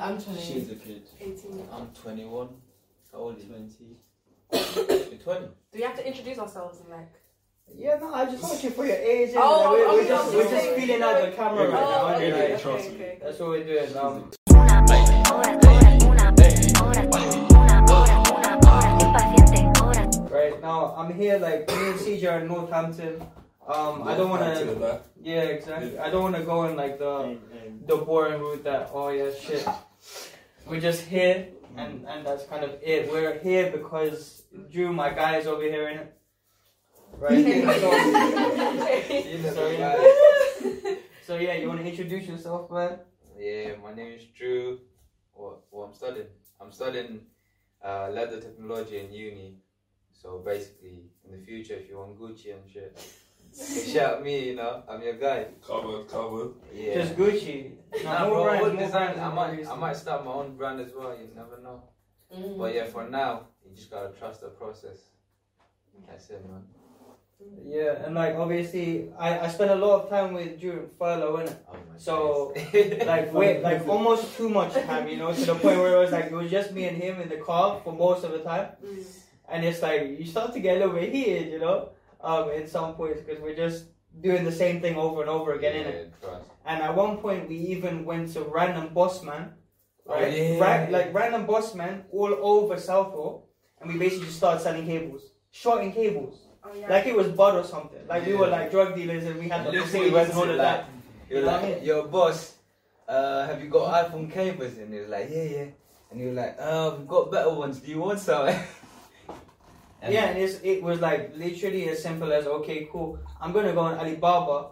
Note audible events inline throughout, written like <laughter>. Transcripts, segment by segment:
I'm 20. She's a kid. 18. I'm 21. How old are you? <coughs> 20. You're 20. Do we have to introduce ourselves and <laughs> like? Yeah, no, I just want you for your age. and Oh, we're, oh, we're yeah, just, I'm we're just saying- feeling out the camera Yeah, right now. I oh, get okay, it, okay, trust me. okay, okay. That's what we're doing um, now. Right now, I'm here like me and CJ are in Northampton. Um, I don't want to. the to. back. Yeah, exactly. I don't want to go in like the And- and- the boring route that. Oh yeah, shit. We're just here, and and that's kind of it. We're here because Drew, my guy, is over here in it. <laughs> Right. so, Okay. <laughs> sorry. so yeah, you want to introduce yourself, man? Yeah, my name is Drew. What, what I'm studying? I'm studying uh, leather technology in uni. So basically, in the future, if you want Gucci and shit, <laughs> shout at me, you know, I'm your guy. Covered, covered. Yeah. Just Gucci. Nah, more bro, brands, what more design? brands I in might, Greece. I might start my own brand as well. You never know. Mm. But yeah, for now, you just gotta trust the process. That's it, man. Yeah, and like obviously, I, I spent a lot of time with during furlough <laughs> and Oh my So, days. like wait like almost too much time, you know, to the point where it was like it was just me and him in the car for most of the time, Mm. and it's like you start to get a little bit heated, you know, um, in some points because we're just doing the same thing over and over again, yeah, innit? trust. And at one point, we even went to random boss man, Oh, right? yeah. Right, like random boss man all over Southall, and we basically just started selling cables, shorting cables. Oh yeah. Like it was bud or something. Like we were Yeah. like drug dealers and we had the Literally facilities went and all to of like, that. you're like, yo, boss, uh, have you got iPhone cables? And he was like, yeah, yeah. And he was like, uh, we've got better ones. Do you want some? <laughs> And- yeah, and it's, it was like literally as simple as okay, cool. I'm gonna go on Alibaba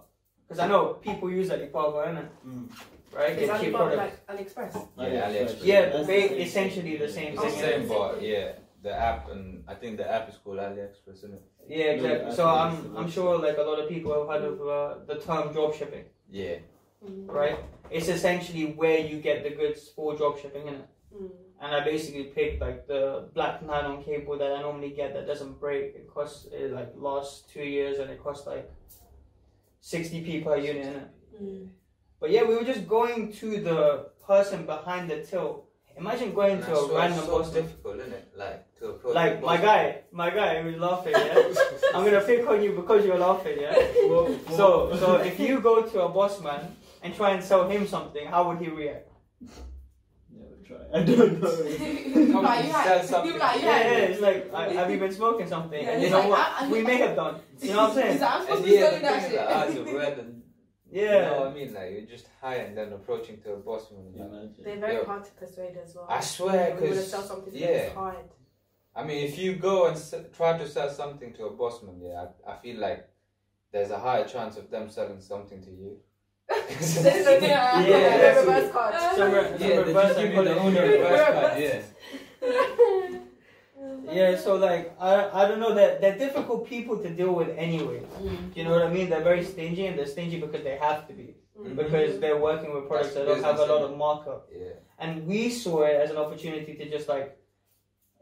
because I know people use Alibaba, innit? Mm. Right? Is Get cheap Alibaba products. like AliExpress? Yeah, AliExpress. Yeah, That's they- the same essentially the thing. same It's thing, the same, yeah. but yeah, the app and I think the app is called AliExpress, isn't it? Yeah, exactly. No, So I think I'm it's I'm the sure like a lot of people have heard of uh, the term drop shipping, Yeah. Mm. right? It's essentially where you get the goods for drop shipping, innit? Mm. and I basically picked like the black nylon cable that I normally get that doesn't break. It costs it like lasts two years and it costs like sixty p per unit. Innit? Mm. But yeah, we were just going to the person behind the till. Imagine going And to that's a why it's random so post. difficult, isn't it? Like to approach. Like the my boss. guy, my guy who's <laughs> laughing. Yeah, I'm gonna pick on you because you're laughing. Yeah. Well, well, So so if you go to a boss man and try and sell him something, how would he react? Never try. <laughs> I don't know. <laughs> You like, you Sell like, something. you like, you Yeah, yeah. like. It's like I, have you been smoking something? Yeah, and you it's know like, what? I- I'm- we may have <laughs> done. You know what I'm saying? He's like, I'm supposed And to be yeah, the selling thing is "Ah, that that eyes shit. are red and you know what Yeah. I mean. Like you're just high and then approaching to a boss man. like, Imagine. <laughs> They're very Yo. hard to persuade as well. I swear, If you wanna because sell something, yeah. it's hard. <laughs> I mean, if you go and s- try to sell something to a boss man, yeah, I, I feel like there's a higher chance of them selling something to you. This is the thing. Yeah, Yeah, that's yeah, it. reverse card. Some re- <laughs> some yeah, they reverse just give you people the that- owner reverse card. Yeah, Mm. Yeah, so like I, I don't know that they're, difficult people to deal with anyway. Mm. You know what I mean? They're very stingy and they're stingy because they have to be Mm. because they're working with products that That's don't have a business, lot yeah. of markup. yeah. And we saw it as an opportunity to just like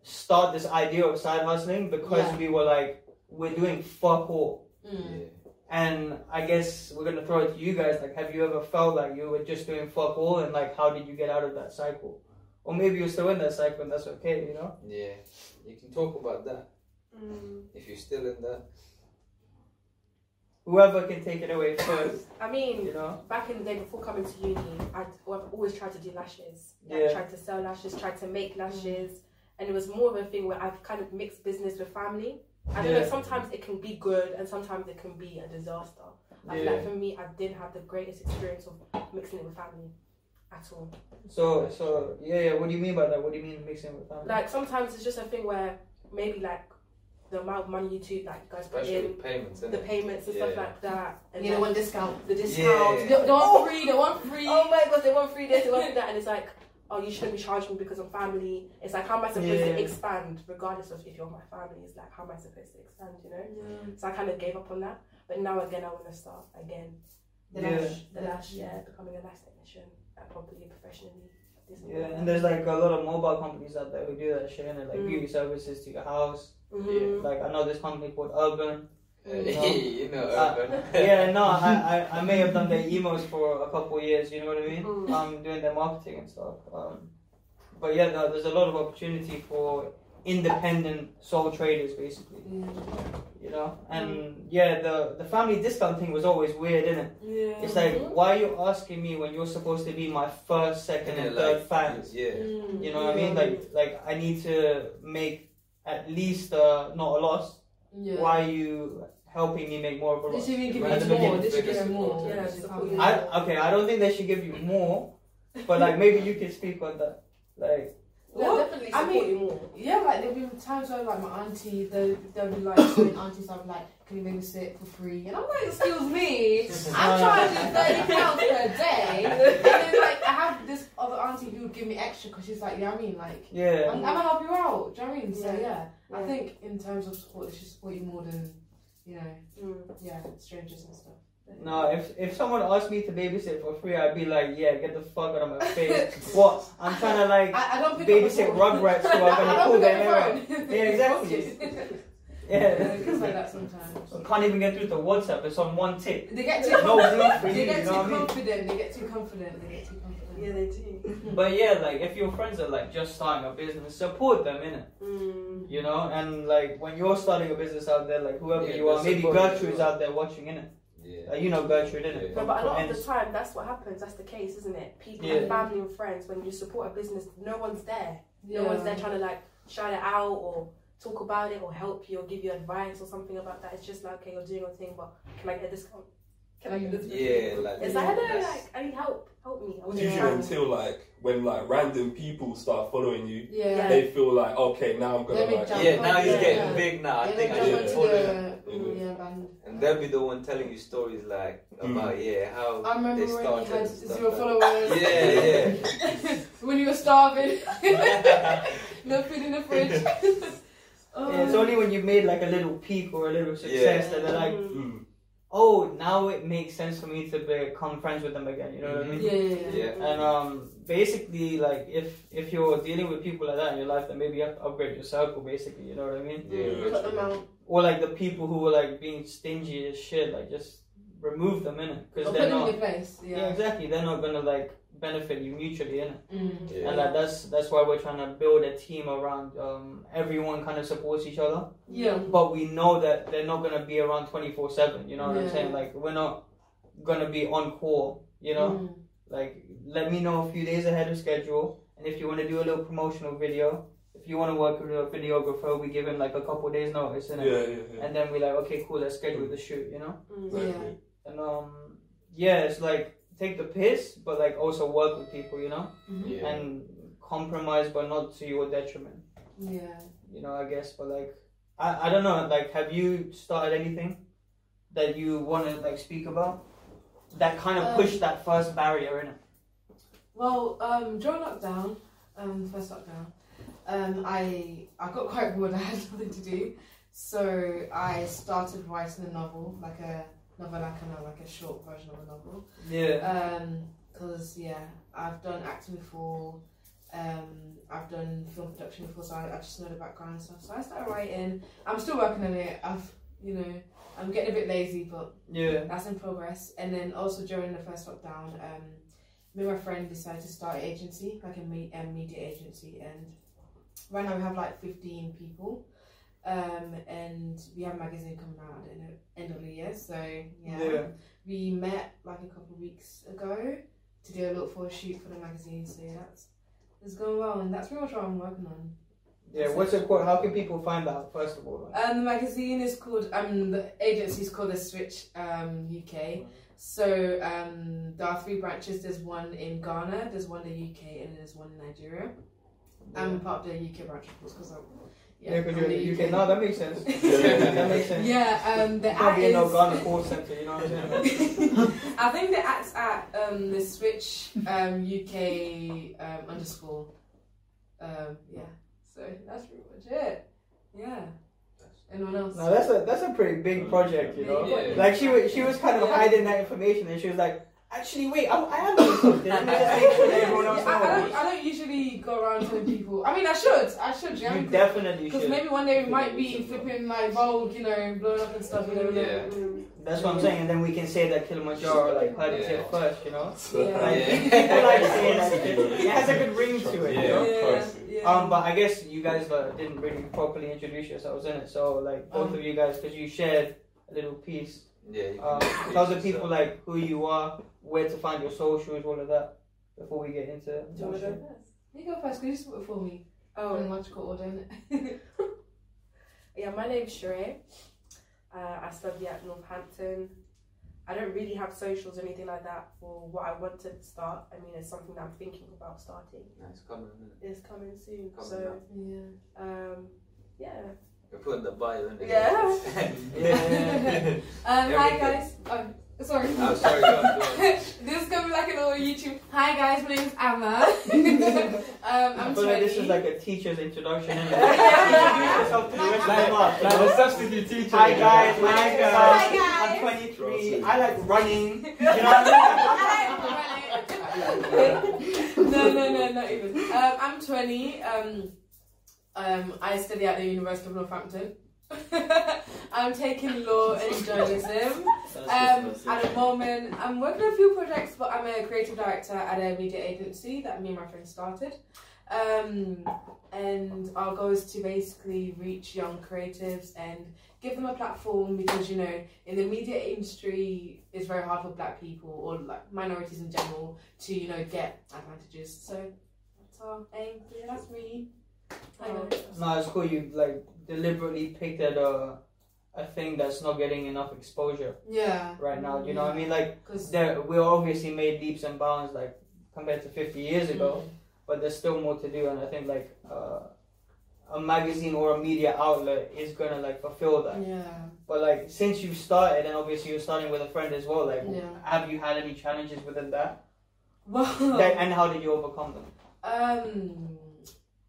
start this idea of side hustling because Yeah. we were like we're doing fuck all. Hmm. Mm. And I guess we're gonna throw it to you guys. Like, have you ever felt like you were just doing fuck all and like how did you get out of that cycle? Or maybe you're still in that cycle and that's okay, you know? yeah, yeah. You can talk about that Mm. if you're still in that. Whoever can take it away first, I mean, you know? back in the day before coming to uni, I'd, well, I've always tried to do lashes. Like, Yeah. Tried to sell lashes, tried to make lashes. And it was more of a thing where I've kind of mixed business with family. I don't Yeah. know, sometimes it can be good and sometimes it can be a disaster. I feel Yeah. like for me, I didn't have the greatest experience of mixing it with family at all. So, so yeah, yeah. What do you mean by that? What do you mean mixing with family? Like sometimes it's just a thing where maybe like the amount of money you two like you guys put Especially in, with payments, the <laughs> isn't it? payments and stuff Yeah. like that. And You know, then one discount. the discount. Yeah. They, they want free, they want free. oh my gosh, they want free this, they want free that, and it's like, oh, you shouldn't be charging me because I'm family. It's like, how am I supposed Yeah. to expand, regardless of if you're my family? It's like, how am I supposed to expand, you know? So I kind of gave up on that, but now again, I want to start again. The Yeah. lash, the lash, Yeah. yeah, becoming a lash technician, like properly, professionally. This and yeah, that. and there's like a lot of mobile companies out there who do that shit and like Mm. beauty services to your house. Mhm. Like I know this company called Urban. <laughs> No. you know, Uh, urban. yeah, no, I, I, I may have done their emos for a couple years, you know what I mean? Mm. Um, doing their marketing and stuff. Um, but yeah, no, there's a lot of opportunity for independent sole traders, basically, Mm. you know? And yeah, the, the family discount thing was always weird, innit? Yeah. It's like, why are you asking me when you're supposed to be my first, second, and third fan? Yeah. Mm. You know what I Mm. mean? Like, like I need to make at least uh, not a loss. Yeah. Why are you helping me make more of a They loss? should be giving At the you more. beginning, They should give you more. Yeah, Yeah, support. yeah. I okay. I don't think they should give you more, but like maybe you can speak on that. Like They'll definitely I support mean- you <laughs> more. Yeah, like there'll be times where like my auntie, they'll, they'll be like, <coughs> doing auntie stuff like, can you babysit for free? And I'm like, excuse me, <laughs> I'm trying to do 30 pounds per day. And then like, I have this other auntie who would give me extra because she's like, yeah, I mean, like, yeah, I'm, I'm gonna help you out. Do you know what I mean? So Yeah. yeah, I Yeah. think in terms of support, they should support you more than, you know, Mm. yeah, strangers and stuff. no. If if someone asked me to babysit for free, I'd be like, yeah, get the fuck out of my face. <laughs> what? I'm trying to like I, I don't think babysit rugrats who are <laughs> I gonna don't pull pick their up hair out. the phone. Yeah, exactly. <laughs> <laughs> yeah, Yeah. things like that sometimes. <laughs> I can't even get through to WhatsApp. It's on one tick. <laughs> They get too No room for you. they You get too know what I mean? confident. They get too confident. They get too confident. Yeah, they do. But yeah, like if your friends are like just starting a business, support them in it. Mm. You know, and like when you're starting a business out there, like whoever Yeah, you are, that's maybe important. Gertrude's out there watching in it. Yeah. Like, you know Gertrude in it. Yeah. No, but a lot of the time, that's what happens. That's the case, isn't it? People, Yeah. and family, and friends. When you support a business, no one's there. Yeah. No one's there trying to like shout it out or talk about it or help you or give you advice or something about that. It's just like, okay, you're doing your thing, but can I get a discount? Can I get this? Yeah, like. It's like, I don't know, that's- like, I need help. Help me. I It's want usually help. until like when like random people start following you, Yeah. Yeah. they feel like okay now I'm gonna Let me like jump Yeah, now he's Yeah. getting big now. I Yeah, think they I jump should onto follow him. the- oh, him. yeah, band. And they'll be the one telling you stories like Mm. about, yeah, how. I remember they when you started had and stuff zero like- followers. Yeah, yeah. <laughs> when you were starving, <laughs> no food in <laughs> the fridge. <laughs> Oh. Yeah, it's only when you made like a little peak or a little success that they're like, Mm. Mm. oh, now it makes sense for me to become friends with them again. You know what I mean? yeah, yeah, Mm-hmm. yeah. Yeah. And um, basically, like if if you're dealing with people like that in your life, then maybe you have to upgrade your circle. Basically, you know what I mean? Yeah. Cut them out. Or like the people who are like being stingy as shit, like just remove them in it Or because put they're them in not. your place. Yeah. Yeah. exactly. They're not gonna like benefit you mutually in it. Mm. Yeah. And uh, like that's that's why we're trying to build a team around um, everyone kind of supports each other. Yeah. but we know that they're not gonna be around 24 7 you know what i'm Yeah. saying like we're not gonna be on call you know Mm. like let me know a few days ahead of schedule and if you want to do a little promotional video if you want to work with a videographer we give him like a couple days notice Yeah, and, yeah, yeah. and then we like okay cool let's schedule the shoot you know Mm. Exactly. and um yeah it's like take the piss but like also work with people you know Mhm. Yeah. and compromise but not to your detriment Yeah. you know, I guess, but like, I, I don't know, like, have you started anything that you want to like speak about that kind of Um, pushed that first barrier in it? Well, um, during lockdown, um, the first lockdown, um, I I got quite bored. <laughs> I had nothing to do, so I started writing a novel, like a novel, like a like a short version of a novel. Yeah, Um, cause yeah, I've done acting before. Um, I've done film production before, so I, I just know the background and stuff. So I started writing. I'm still working on it. I've you know I'm getting a bit lazy, but yeah, that's in progress. And then also during the first lockdown, um, me and my friend decided to start an agency, like a, me- a media agency. And right now we have like 15 people. Um, and we have a magazine coming out at the end of- end of the year. So yeah. Yeah. We met like a couple of weeks ago to do a look for a shoot for the magazine. So yeah, that's it's going well. And that's pretty much what I'm working on. yeah. What's it called? How can people find out? First of all, like? Um, the magazine is called, um, the agency is called The Switch um, UK. So um, there are three branches. There's one in Ghana, there's one in the UK, and there's one in Nigeria. I'm part of the UK branch, of course, because I'm yeah, because I'm you're the you can. No, that makes <laughs> sense. that makes sense. yeah, um, the app Probably in is. Ghana call center, you know what I'm saying? <laughs> I think the app's at um, the Switch um, UK um, underscore. Um, yeah, so that's pretty much it. Yeah. Anyone else? No, that's a that's a pretty big project, you know. Yeah. Like she was she was kind of Yeah. hiding that information, and she was like, actually, wait, I'm, I am doing something. Let me just make sure that everyone else I, I, knows. don't, I don't usually really go around telling people. I mean, I should. I should, yeah. You definitely Because should. maybe one day we might be flipping like Vogue, you know, blowing up and stuff. You never know. Yeah. That's what I'm saying, and then we can say that Kilimanjaro like heard it here Yeah. first, you know. Yeah. Like, Yeah. people like saying that shit. It has a good ring to it. <laughs> You Yeah, know? of course. <laughs> yeah. Um, but I guess you guys uh, didn't really properly introduce yourselves in it. So like both of you guys, because you shared a little piece. Yeah. You Um, can tell the introduce people yourself. like who you are, where to find your socials, all of that. Before we get into Do you more want to shit. go first? you go first. Can you just put it for me? Oh, in Oh, logical order. innit? yeah, my name's Sheree. Uh, I study at Northampton. I don't really have socials or anything like that for what I want to start. I mean, it's something that I'm thinking about starting. Nice. Come on. innit? It's coming soon. Coming so, yeah. um, yeah. We're putting the bio in. Yeah. <laughs> Yeah. Um, hi Everything. guys. Um, sorry. I'm Oh, Oh. sorry. Go on, go on. this is gonna be like an old YouTube. Hi guys, my name's <laughs> Emma. <laughs> um, I I'm feel 20. like this is like a teacher's introduction. innit? Yeah, yeah, Introduce yeah. yourself to the rest of Like- the class, you Like know? a substitute teacher. Hi guys, my Hi, name's guys. Sai. Hi, guys. I'm 23. Crossing. I like running. You know what I no, no, no, not even. Um, I'm 20. Um, um, I study at the University of Northampton. <laughs> I'm taking law and journalism. Um, at the <laughs> moment, I'm working on a few projects, but I'm a creative director at a media agency that me and my friend started. Um, and our goal is to basically reach young creatives and give them a platform because you know in the media industry it's very hard for black people or like minorities in general to you know get advantages so that's our aim yeah, that's me Hi, mean? guys. No, it's cool. You like deliberately picked at a a thing that's not getting enough exposure yeah right now. You know what I mean? Like because there, we're obviously made leaps and bounds like compared to 50 years ago, but there's still more to do. And I think like uh, a magazine or a media outlet is gonna like fulfill that. yeah But like since you started, and obviously you're starting with a friend as well. Like, Yeah. have you had any challenges within that? well That- and how did you overcome them? <laughs> um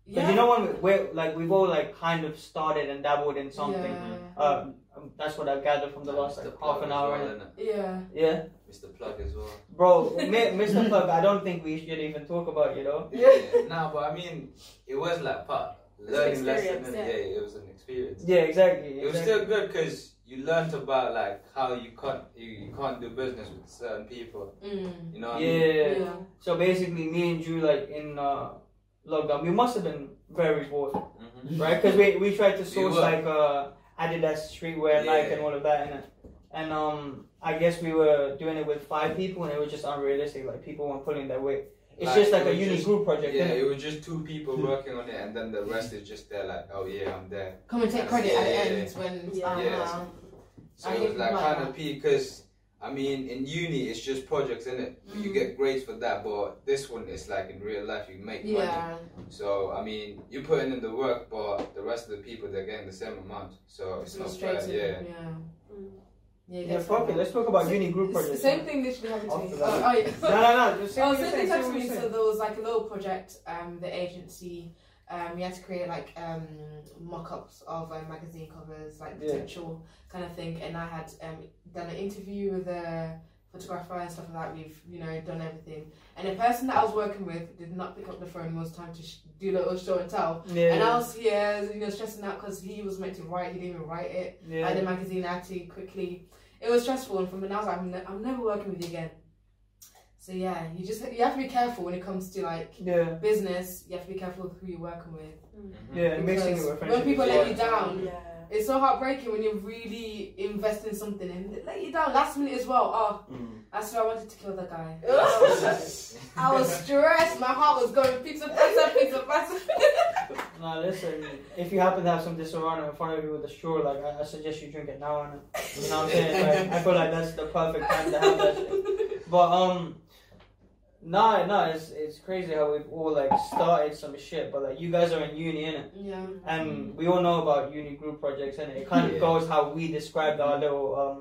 But yeah You know when we're like we've all like kind of started and dabbled in something. yeah, Um, um, that's what I've gathered from <laughs> the last Mr. like half Plug an as hour. well, and- innit? yeah. Yeah, Mr. Plug as well. <laughs> bro, mi- Mr. Plug, I don't think we should even talk about. You know, Yeah. <laughs> No, but I mean, it was like part an learning lesson. experience, innit? yeah. Yeah, it was an experience. yeah, exactly. It was exactly. still good because you learnt about like how you can't you, you can't do business with certain people. Mm. You know what I mean? yeah. yeah. So basically, me and Drew like in uh, lockdown, we must have been very bored, Mhm. right? Because we we tried to source were. like uh, Adidas streetwear, Nike, Yeah. and all of that, and and um, I guess we were doing it with five people, and it was just unrealistic. Like people weren't pulling their weight. It's Like, just like it a was uni just- group project. Yeah, Hmm. innit? it was just two people working on it, and then the rest is just there, like, oh yeah, I'm there. Come and take credit at the Yeah. end when Yeah. Yeah. So I it was didn't like like kind of that. p because I mean, in uni it's just projects, innit? it? You Mhm. get grades for that, but this one is like in real life, you make money. yeah. So I mean, you're putting in the work, but the rest of the people they're getting the same amount. oh, So it's not fair. Frustrating. Yeah. Yeah. Mm. Yeah, Yeah, that's fuck fine. it. Let's talk about So- uni group It's the projects. same thing literally happened to me. After Oh, that. oh, yeah. No, no, no. Just say what you're Oh, same thing saying, happened say to what me. you're So saying. there was like a little project, um, the agency, um, we had to create like um mock-ups of uh, magazine covers, like Yeah. potential kind of thing. And I had um done an interview with a photographer and stuff like that. We've you know done everything. And the person that I was working with did not pick up the phone. It was time to sh- do little show and tell. yeah. And I was here, you know, stressing out because he was meant to write. He didn't even write it yeah. like the magazine I had to quickly. It was stressful, and from then I was like, I'm, ne- I'm never working with you again. So yeah, you just you have to be careful when it comes to like yeah. business. You have to be careful with who you're working with. Mhm. Yeah, and mixing it Mm. Because with friendship. when people as let well. you down, Um, <laughs> Yeah. it's so heartbreaking when you really invest in something and they let you down last minute as well. Oh, Mm. I swear I wanted to kill the guy. I I was stressed. My heart was going pizza, pizza, pizza, pizza. No, listen. If you happen to have some Disaronno in front of you with a straw, like I, I suggest you drink it now. And you know what I'm saying? Like, I feel like that's the perfect time to have that. Shit. But um, no, no, it's it's crazy how we've all like started some shit, but like you guys are in uni, innit? <laughs> Yeah. And we all know about uni group projects, and it kind of Yeah. goes how we described our little um,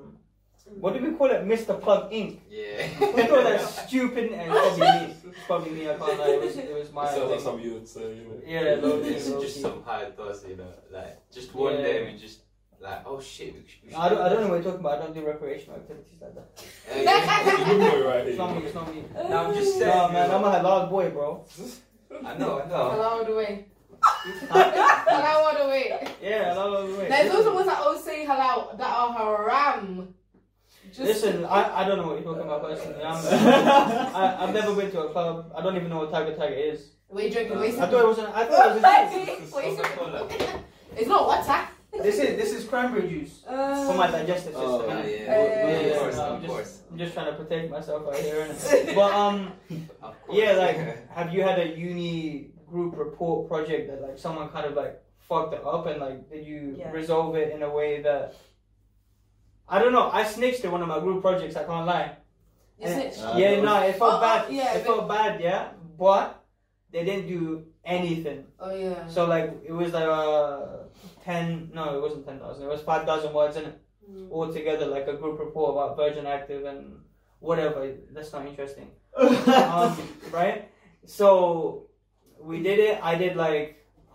what <laughs> do we call it, Mr. Plug Inc. Yeah. We call that <laughs> stupid, and it's probably me, it's probably me. I can't lie, it was, it was my. It sounds like thing. something you would say, you know. Yeah, low key, It's low just key. some high thoughts, you know. Like just one Yeah. day we just like, oh shit. We should, we should I don't, I don't know what you're talking about. I don't do recreational activities like that. Hey, You know right It's not me. <laughs> here. It's not me. <laughs> no, I'm just saying. No, man, you I'm know. a loud boy, bro. I know, I know. Hello all the way. <laughs> Huh? Hello all the way. yeah, no, no, no, wait. There's Listen, also ones that always say halal that are haram. Just listen, I, I don't know what you're talking about personally. <laughs> I'm, I, I've never been to a club. I don't even know what Tiger Tiger is. We're drinking. Uh, We're I thought it was an. I thought it was a juice. It's not water. Uh, This is this is cranberry juice for my digestive system. Oh, Ah, innit? yeah, yeah, of yeah, course, no, of just- course. I'm just trying to protect myself out here. innit? But um, Of course. yeah, like, have you had a uni group report project that like someone kind of like fucked it up and like did you Yeah. resolve it in a way that? I don't know. I snitched at one of my group projects. I can't lie. Is Uh, yeah, that no, it felt Oh, bad. oh, yeah, it but- felt bad. Yeah, but they didn't do anything. Oh yeah. So like it was like uh ten no it wasn't ten thousand it was five thousand words in it Mm. all together like a group report about Virgin Active and whatever that's not interesting um, right so we did it I did like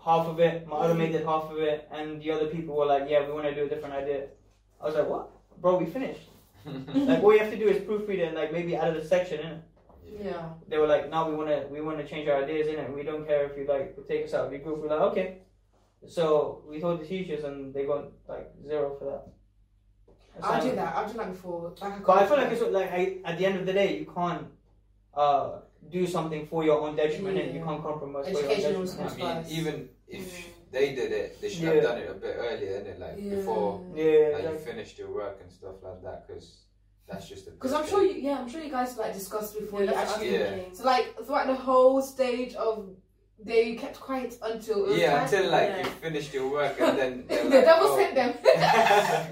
half of it my other mate did half of it and the other people were like yeah we want to do a different idea I was like what bro we finished like all you have to do is proofread it and like maybe add a section in it yeah. they were like, no, we want to we want to change our ideas in it. We don't care if you like take us out of your group. We're like, okay. So we told the teachers, and they got like zero for that. I'll do that. I've done that before. Like But I feel like it's like I, at the end of the day, you can't uh, do something for your own detriment, and you Yeah. can't compromise for your Educational own I detriment. responsibility. mean, Spice. even if Mm. they did it, they should Yeah. have done it a bit earlier, innit? Like before Yeah, like, you like, finished your work and stuff like that, because that's just a. Because I'm sure you. Yeah, I'm sure you guys like discussed before you actually. Yeah. So like throughout the whole stage of, they kept quiet until. It was Yeah, time. until like Yeah. you finished your work and then. they're <laughs> the like, devil oh. sent them. <laughs>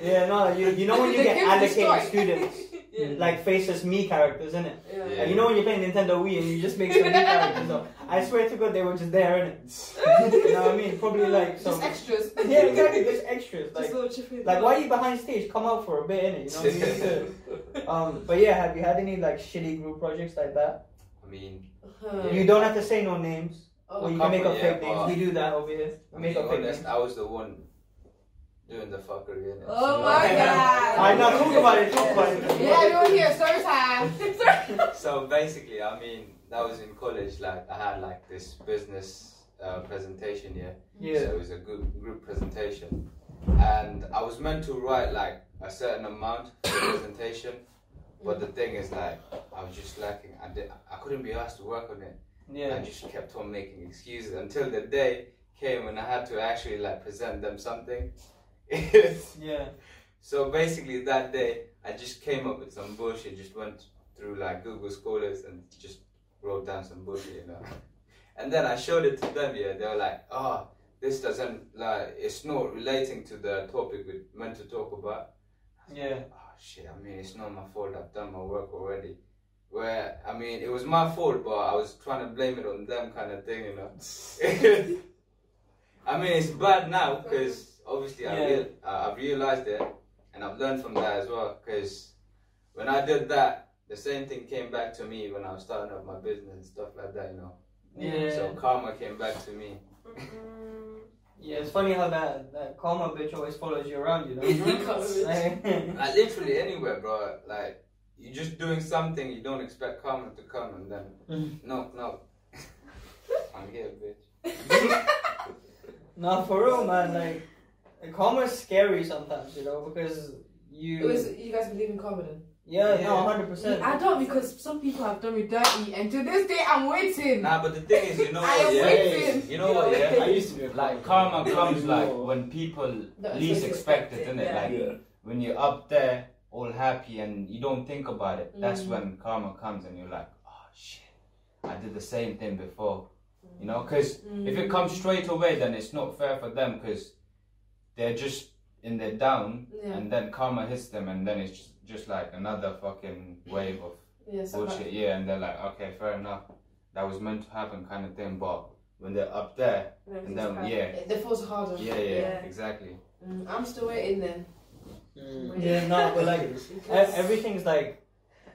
yeah, no, you, you know <laughs> when you They get give allocated destroy. students, <laughs> <laughs> Yeah. like faces me characters, innit? Yeah. Yeah. Like, you know when you're playing Nintendo Wii and you just make <laughs> some new characters up. I swear to God, they were just there, <laughs> innit? you know what I mean? Probably like some. Just extras. <laughs> yeah, exactly. Just extras. Like, Just little chippy- like why are you behind stage? Come out for a bit, innit? You know what I mean? <laughs> So, um, but yeah, have you had any like shitty group projects like that? I mean, Huh. You don't have to say no names. Uh-huh. Oh, or you can make up yeah, fake but- Oh, names. We do that over here. I We make mean, up fake honest, names. I was the one doing the fuckery, innit? Oh So- my god! I know. Talk about it. Talk about it. <laughs> Yeah, everyone here, story time. <laughs> So basically, I mean, that was in college. Like, I had like this business uh, presentation here. Yeah. So it was a group group presentation, and I was meant to write like a certain amount for the presentation. But the thing is, like, I was just lacking. I did, I couldn't be asked to work on it. I Yeah. just kept on making excuses until the day came when I had to actually like present them something. <laughs> Yeah. So basically, that day I just came up with some bullshit. Just went through like Google Scholars and just wrote down some bullshit, you know. And then I showed it to them. Yeah, they were like, "Oh, this doesn't like it's not relating to the topic we meant to talk about." Yeah. Oh shit! I mean, it's not my fault. I've done my work already. Where I mean, it was my fault, but I was trying to blame it on them, kind of thing, you know. <laughs> I mean, it's bad now because obviously I Yeah. real, uh, I've realized it and I've learned from that as well. Because when I did that, the same thing came back to me when I was starting up my business and stuff like that, you know. Yeah. So karma came back to me. Yeah. It's funny how that that karma bitch always follows you around. <laughs> You know. Like- <laughs> Like literally anywhere, bro. Like you're just doing something you don't expect karma to come, and then no, no, <laughs> I'm here, bitch. No, for real, man. Like, karma's scary sometimes, you know, because It you. was, you guys believe in comedy? yeah, no, Yeah. hundred percent. I don't because some people have done me dirty, and to this day I'm waiting. Nah, but the thing is, you know I what? am Yeah, waiting. you know what? Yeah. I used to be a Mm. Like clown. karma comes like No. when people That's least what you expect it, expected, isn't it? yeah. Like Yeah. when you're up there all happy and you don't think about it, that's Mm. when karma comes and you're like, oh shit, I did the same thing before. You know, because if Mm. it comes straight away, then it's not fair for them because they're just in their down Yeah. and then karma hits them and then it's just, just like another fucking wave of Yes. I'm bullshit, yeah, and they're like, okay, fair enough, that was meant to happen kind of thing, but when they're up there, Everything's and then, fine. yeah, like- The falls harder. yeah, yeah, Yeah. exactly. Mm, I'm still waiting then. Yeah, no, but like e- everything's like,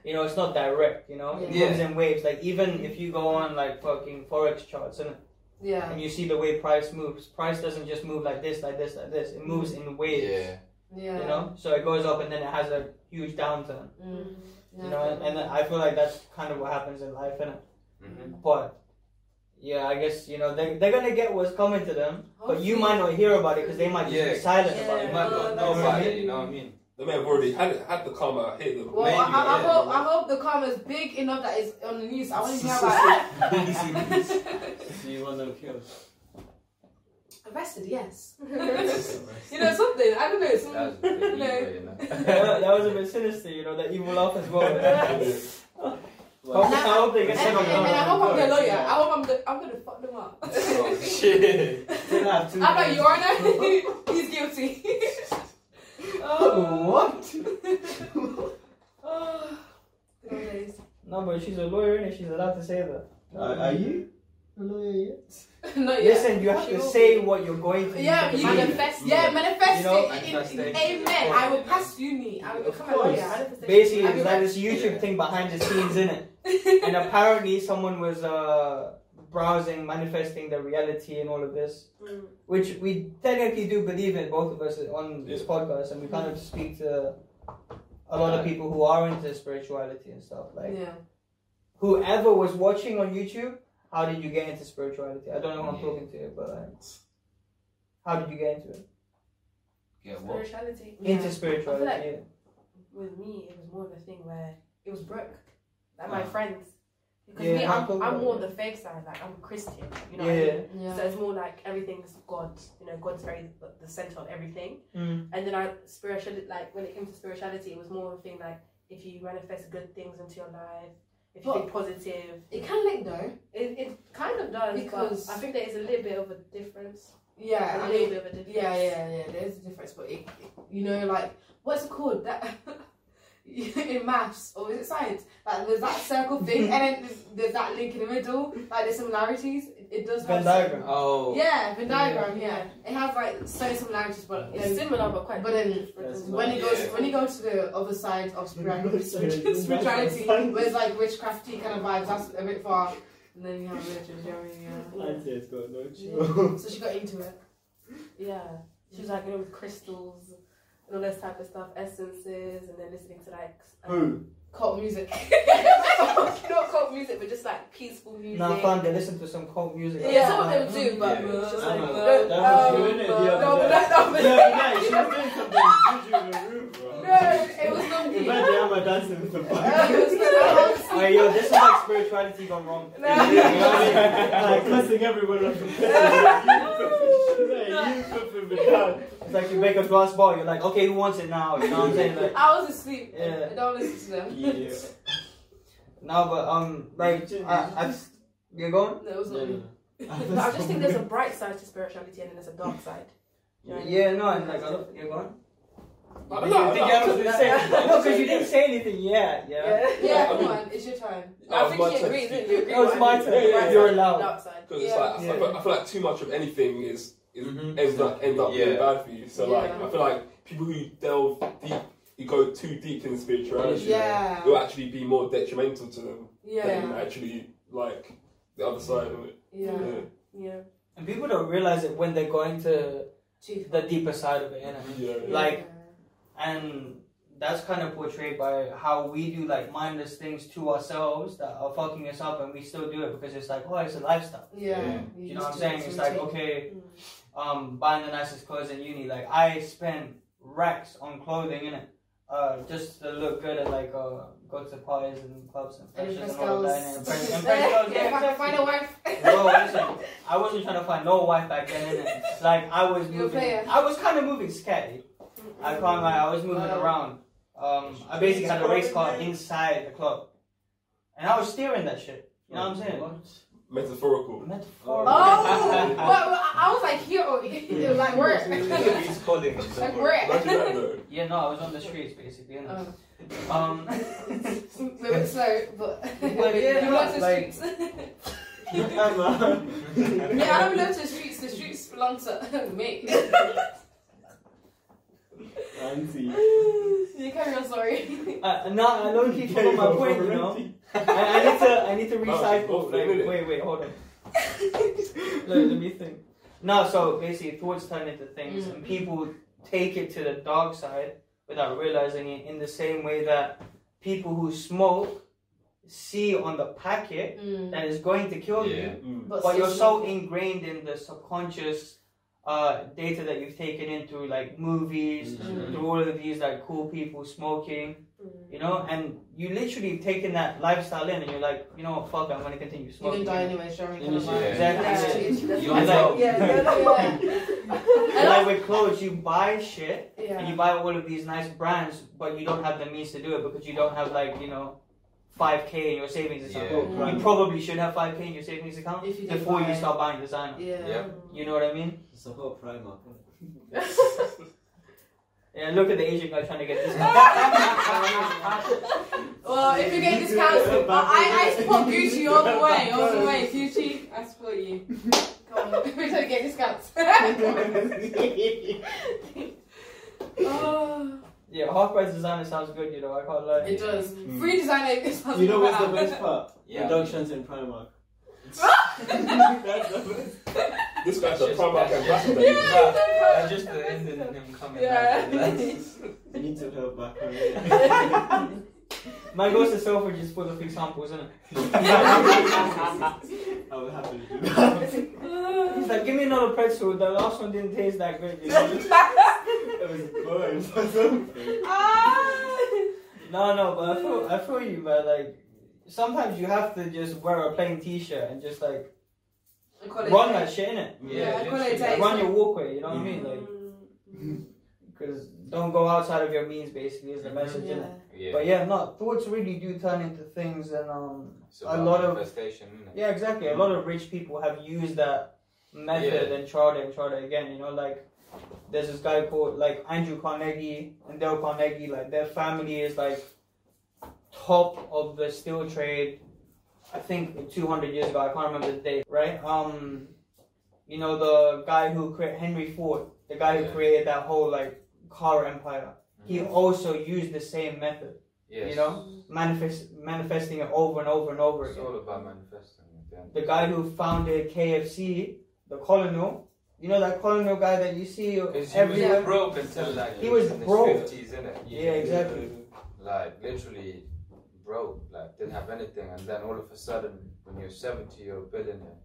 you know, it's not direct. You know, it Yeah. comes in waves. Like even if you go on like fucking forex charts and Yeah. and you see the way price moves, price doesn't just move like this, like this, like this. It moves in waves. Yeah. Yeah. You know, so it goes up and then it has a huge downturn. Mm, You know, and, and I feel like that's kind of what happens in life, and hmm But yeah, I guess you know they they're gonna get what's coming to them, but you Hopefully. might not hear about it because they might just Yeah. be silent about You it. might not know that's about right. it, you know what I mean? They may have already had it, had the karma, hit them. Well, Maybe, I, I, I yeah. hope I hope the karma is big enough that it's on the news. I want to hear about it. Do you want to kill? <laughs> Arrested, yes. you Arrested. know something? I don't know. <laughs> Some, That's a bit No. evil, you know. <laughs> that, that was a bit sinister, you know, that evil laugh as <laughs> well. Well, I hope they and, get and, some and, <laughs> I hope I'm the Yeah. lawyer. I hope I'm the, I'm gonna fuck them up. <laughs> Oh <laughs> shit. you have two I'm hands. like you are now. <laughs> He's guilty. oh. What? <laughs> oh. Good old days. No, but she's a lawyer, and she's allowed to say that. Are, are you a lawyer yet? <laughs> Not yet. Listen, you have She to will say be. what you're going to. Yeah, do. you manifest. Yeah, manifest You know, it. in- manifestation. amen. I will pass uni. I will Of become a lawyer. Manifestation. Basically, I'll be it's like this Yeah. YouTube thing behind the scenes, in it. And apparently, someone was uh, browsing, manifesting the reality and all of this, Mm. which we technically do believe in, both of us on this Yeah. podcast, and we kind Mm. of speak to a lot of people who are into spirituality and stuff. Like, <laughs> yeah. whoever was watching on YouTube, how did you get into spirituality? I don't know who I'm Yeah. talking to, but like, how did you get into it? Yeah, what? <laughs> Spirituality. Yeah. Into spirituality. I yeah. With me, it was more of a thing where it was broke. Like my Ah. friends. Because Yeah, me, I'm I'm, talking I'm about more on it. the fake side. Like I'm Christian. You know what I mean? yeah. Yeah. So it's more like everything's God. You know, God's very the- the center of everything. Mm. And then I spirituality, like when it came to spirituality, it was more of a thing like if you manifest good things into your life, if you But- think positive, It can link though. it, it kind of does. Because- but I think there is a little bit of a difference. Yeah, a I little mean, bit of a difference. yeah, yeah, yeah. There is a difference, but it, you know, like what's it called that <laughs> in maths or is it science? Like there's that circle thing, and then there's, there's that link in the middle. Like there's similarities. It, it does Venn have diagram. Oh. <laughs> Yeah, Venn diagram. Yeah. it has like so similarities, but It's then, similar but quite but then That's when not- it goes Yeah. when you go to the other side of spirituality, <laughs> Sorry. spirituality where it's like witchcrafty kind of vibes, that's a bit far. And then you have religion. Do you know what I mean? Yeah. I'd say it's got no Yeah. <laughs> chill. So she got into it. yeah. She was like, you know, with crystals and all this type of stuff, essences, and then listening to like um, Who? Cult music. <laughs> not cult music, but just like peaceful music. Now, fun, they listen to some cult music. Uh, Yeah, some of them do, but Yeah. it's just I like, know. no, That was you, um, innit, the <laughs> no, other but day. that- no, but- <laughs> Yeah, yeah, she was doing something juju in the room, bro. No, it was not me. <laughs> Imagine how my dancing with the It was <laughs> not us. Alright, yo, this is like spirituality gone wrong. like cussing everyone on the you put me down. It's like you make a glass ball, you're like, okay, who wants it now? You know what I'm saying? Like, I was asleep. Yeah. I don't listen to them. Yeah. no, but um, like, I, I've, you're going? No, it was not me. but I just think there's a bright side to spirituality and then there's a dark side. Yeah, no, and like, uh, you're going? No, You no, think no, I was gonna <laughs> say? <laughs> No, because you didn't say anything yet, yeah. Yeah, come on, it's your time. That I was think my she turn. agrees. Didn't you agree? That was with my me? turn. Yeah, Right you're side, allowed. Dark side. Because it's Yeah. like, I, feel, I feel like too much of anything is, is ends up end up being Yeah. bad for you. So like, Yeah. I feel like people who delve deep, you go too deep in spirituality, Yeah. will actually be more detrimental to them than Yeah. actually like the other side of it. Yeah. Yeah. And people don't realize it when they're going to Chief. the deeper side of it, you know? Yeah. Yeah. like- and that's kind of portrayed by how we do like mindless things to ourselves that are fucking us up and we still do it because it's like oh it's a lifestyle Yeah. you know what i'm saying it's like routine. okay um buying the nicest clothes in uni like i spent racks on clothing in it uh just to look good and like uh go to parties and clubs and And flashes impress and all of that girls. and <laughs> impress, impress girls yeah, Yeah, exactly. find a wife. Bro, listen, I wasn't trying to find no wife back then. <laughs> Innit? Like I was You were moving, playing. I was kind of moving scatty. I can't lie, I was moving Wow. around. Um, I basically had a race car inside the club, and I was steering that shit. You know what I'm Oh. saying? <laughs> Metaphorical. Metaphor. <laughs> Oh, well, <laughs> well, I I was like here, or it was like work. He's calling. us. Like work. Imagine that <laughs> though. Yeah, no, I was on the streets basically. innit? Oh, Um, we were slow, but <laughs> Well, yeah, you want the like- streets. <laughs> Emma. Yeah, I don't love the streets. The streets belong to <laughs> me. Auntie. You carry on, sorry. uh, no, I <laughs> don't keep on my point. You know, I, I need to, I need to was just recycle. awful, Like, innit? wait, wait, hold <laughs> on. let, let me think. No, so basically, thoughts turn into things, Mm. and people take it to the dark side without realizing it. In the same way that people who smoke see on the packet <laughs> Mm. that it's going to kill you, Yeah. <laughs> but you're social- so ingrained in the subconscious uh, data that you've taken in through like movies, Mhm. through all of these like cool people smoking, Mm-hmm. you know, and you literally taken that lifestyle in, and you're like, you know what, fuck, I'm gonna continue You smoking. can die anyway, Sharon. Kind of Yeah. like, Exactly. <laughs> Yeah. You And, like, know. yeah, yeah, And like with clothes, you buy shit and Yeah. you buy all of these nice brands, but you don't have the means to do it because you don't have like you know, five k in your savings account. Yeah. You probably should have five k in your savings account If Oh, you did before buy- you start buying designer. Yeah. Yeah. You know what I mean? It's a whole primer. Yeah. Look at the Asian guy trying to <laughs> get this. Well, if you get discounts, but I, I <laughs> support Gucci all the way, all the way. Gucci, I support you. Come on, <laughs> we don't get discounts. <laughs> oh, yeah, half price designer sounds good. You know, I can't lie. it does. Mm. Free design this sounds You know what's the better. best part? yeah. Reductions in Primark. That's the best. This guy's a That's Primark just- ambassador. Yeah, Nah, it's so That's good. just the end in him coming Yeah. back. That's- You need to help back on it. My goes to Selfridge is full of examples, isn't it? <laughs> I will happily do that. He's like, give me another pretzel. The last one didn't taste that good. You <laughs> know? I was <laughs> going for something. Ah. No, no, but I feel, I feel you, man. Like, sometimes you have to just wear a plain T-shirt and just like I call it run a that day. shit in it. Yeah, I call it a literally. day. Run your walkway. You know what I mean? Like, Mm. because don't go outside of your means. Basically, is the message. Yeah. innit? Yeah. But yeah, no, thoughts really do turn into things, and um, It's a about lot of- manifestation, isn't it? yeah, exactly. A lot of rich people have used that method Yeah. and tried it and tried it again. You know, like. There's this guy called like Andrew Carnegie and Dale Carnegie. Like their family is like top of the steel trade. I think 200 years ago, I can't remember the date, right? Um, you know, the guy who created Henry Ford, the guy who Yeah. Mm-hmm. created that whole like car empire, he also used the same method, Yes. you know, manifest manifesting it over and over and over It's again. all about manifesting. at the end. The guy who founded KFC, the colonel, you know, that colonel guy that you see 'Cause he was everywhere, broke until like He was in his broke. 50s, innit? yeah, exactly. Like literally broke, like didn't have anything, and then all of a sudden, when you're 70, you're a billionaire.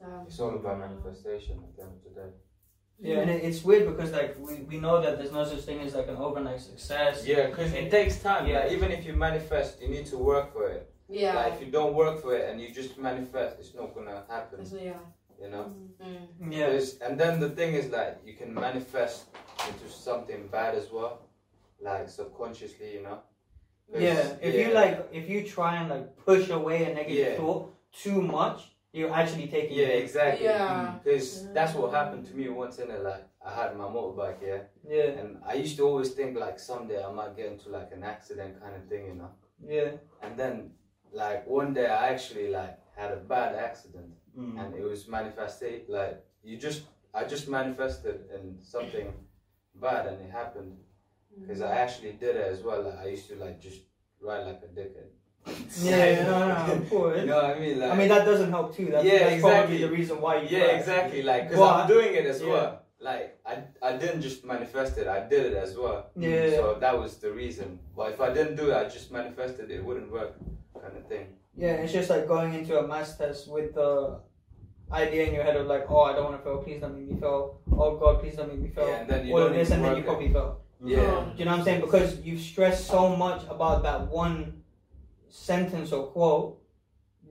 Damn. It's all about manifestation at the end of the day. Yeah, and it- it's weird because like we, we know that there's no such thing as like an overnight success. Yeah, because it takes time. Yeah. Like, even if you manifest, you need to work for it. Yeah. Like if you don't work for it and you just manifest, it's not gonna happen. That's what- yeah. You know. Mm. Yeah, There's- And then the thing is like you can manifest into something bad as well, like subconsciously, you know. 'Cause- Yeah, if you yeah. like, if you try and like push away a negative Yeah. thought too much, you're actually taking Yeah, it. exactly. Mm. Yeah. Mm. Because that's what happened to me once in it. Like I had my motorbike, yeah, Yeah, and I used to always think like someday I might get into like an accident kind of thing, you know. <laughs> yeah, And then like one day I actually like had a bad accident, Mm. and it was manifested like you just I just manifested in something bad, and it happened because I actually did it as well. Like, I used to like just ride like a dickhead. yeah. <laughs> No, no, of <laughs> course. You know what I mean? Like I mean that doesn't help too. That's, Yeah, that's probably exactly. the reason why you. Yeah, cry. exactly. Like, because But- I'm doing it as yeah. well. Like, I, I didn't just manifest it, I did it as well. Yeah. So that was the reason. But if I didn't do it, I just manifested it, it wouldn't work, kind of thing. Yeah, it's just like going into a math test with the idea in your head of like, oh, I don't want to fail. Please don't make me fail. Oh God, please don't make me fail. Yeah, and then you All of don't this, even and then work you it. probably fail. Yeah. Do you know what I'm saying? Because you've stressed so much about that one sentence or quote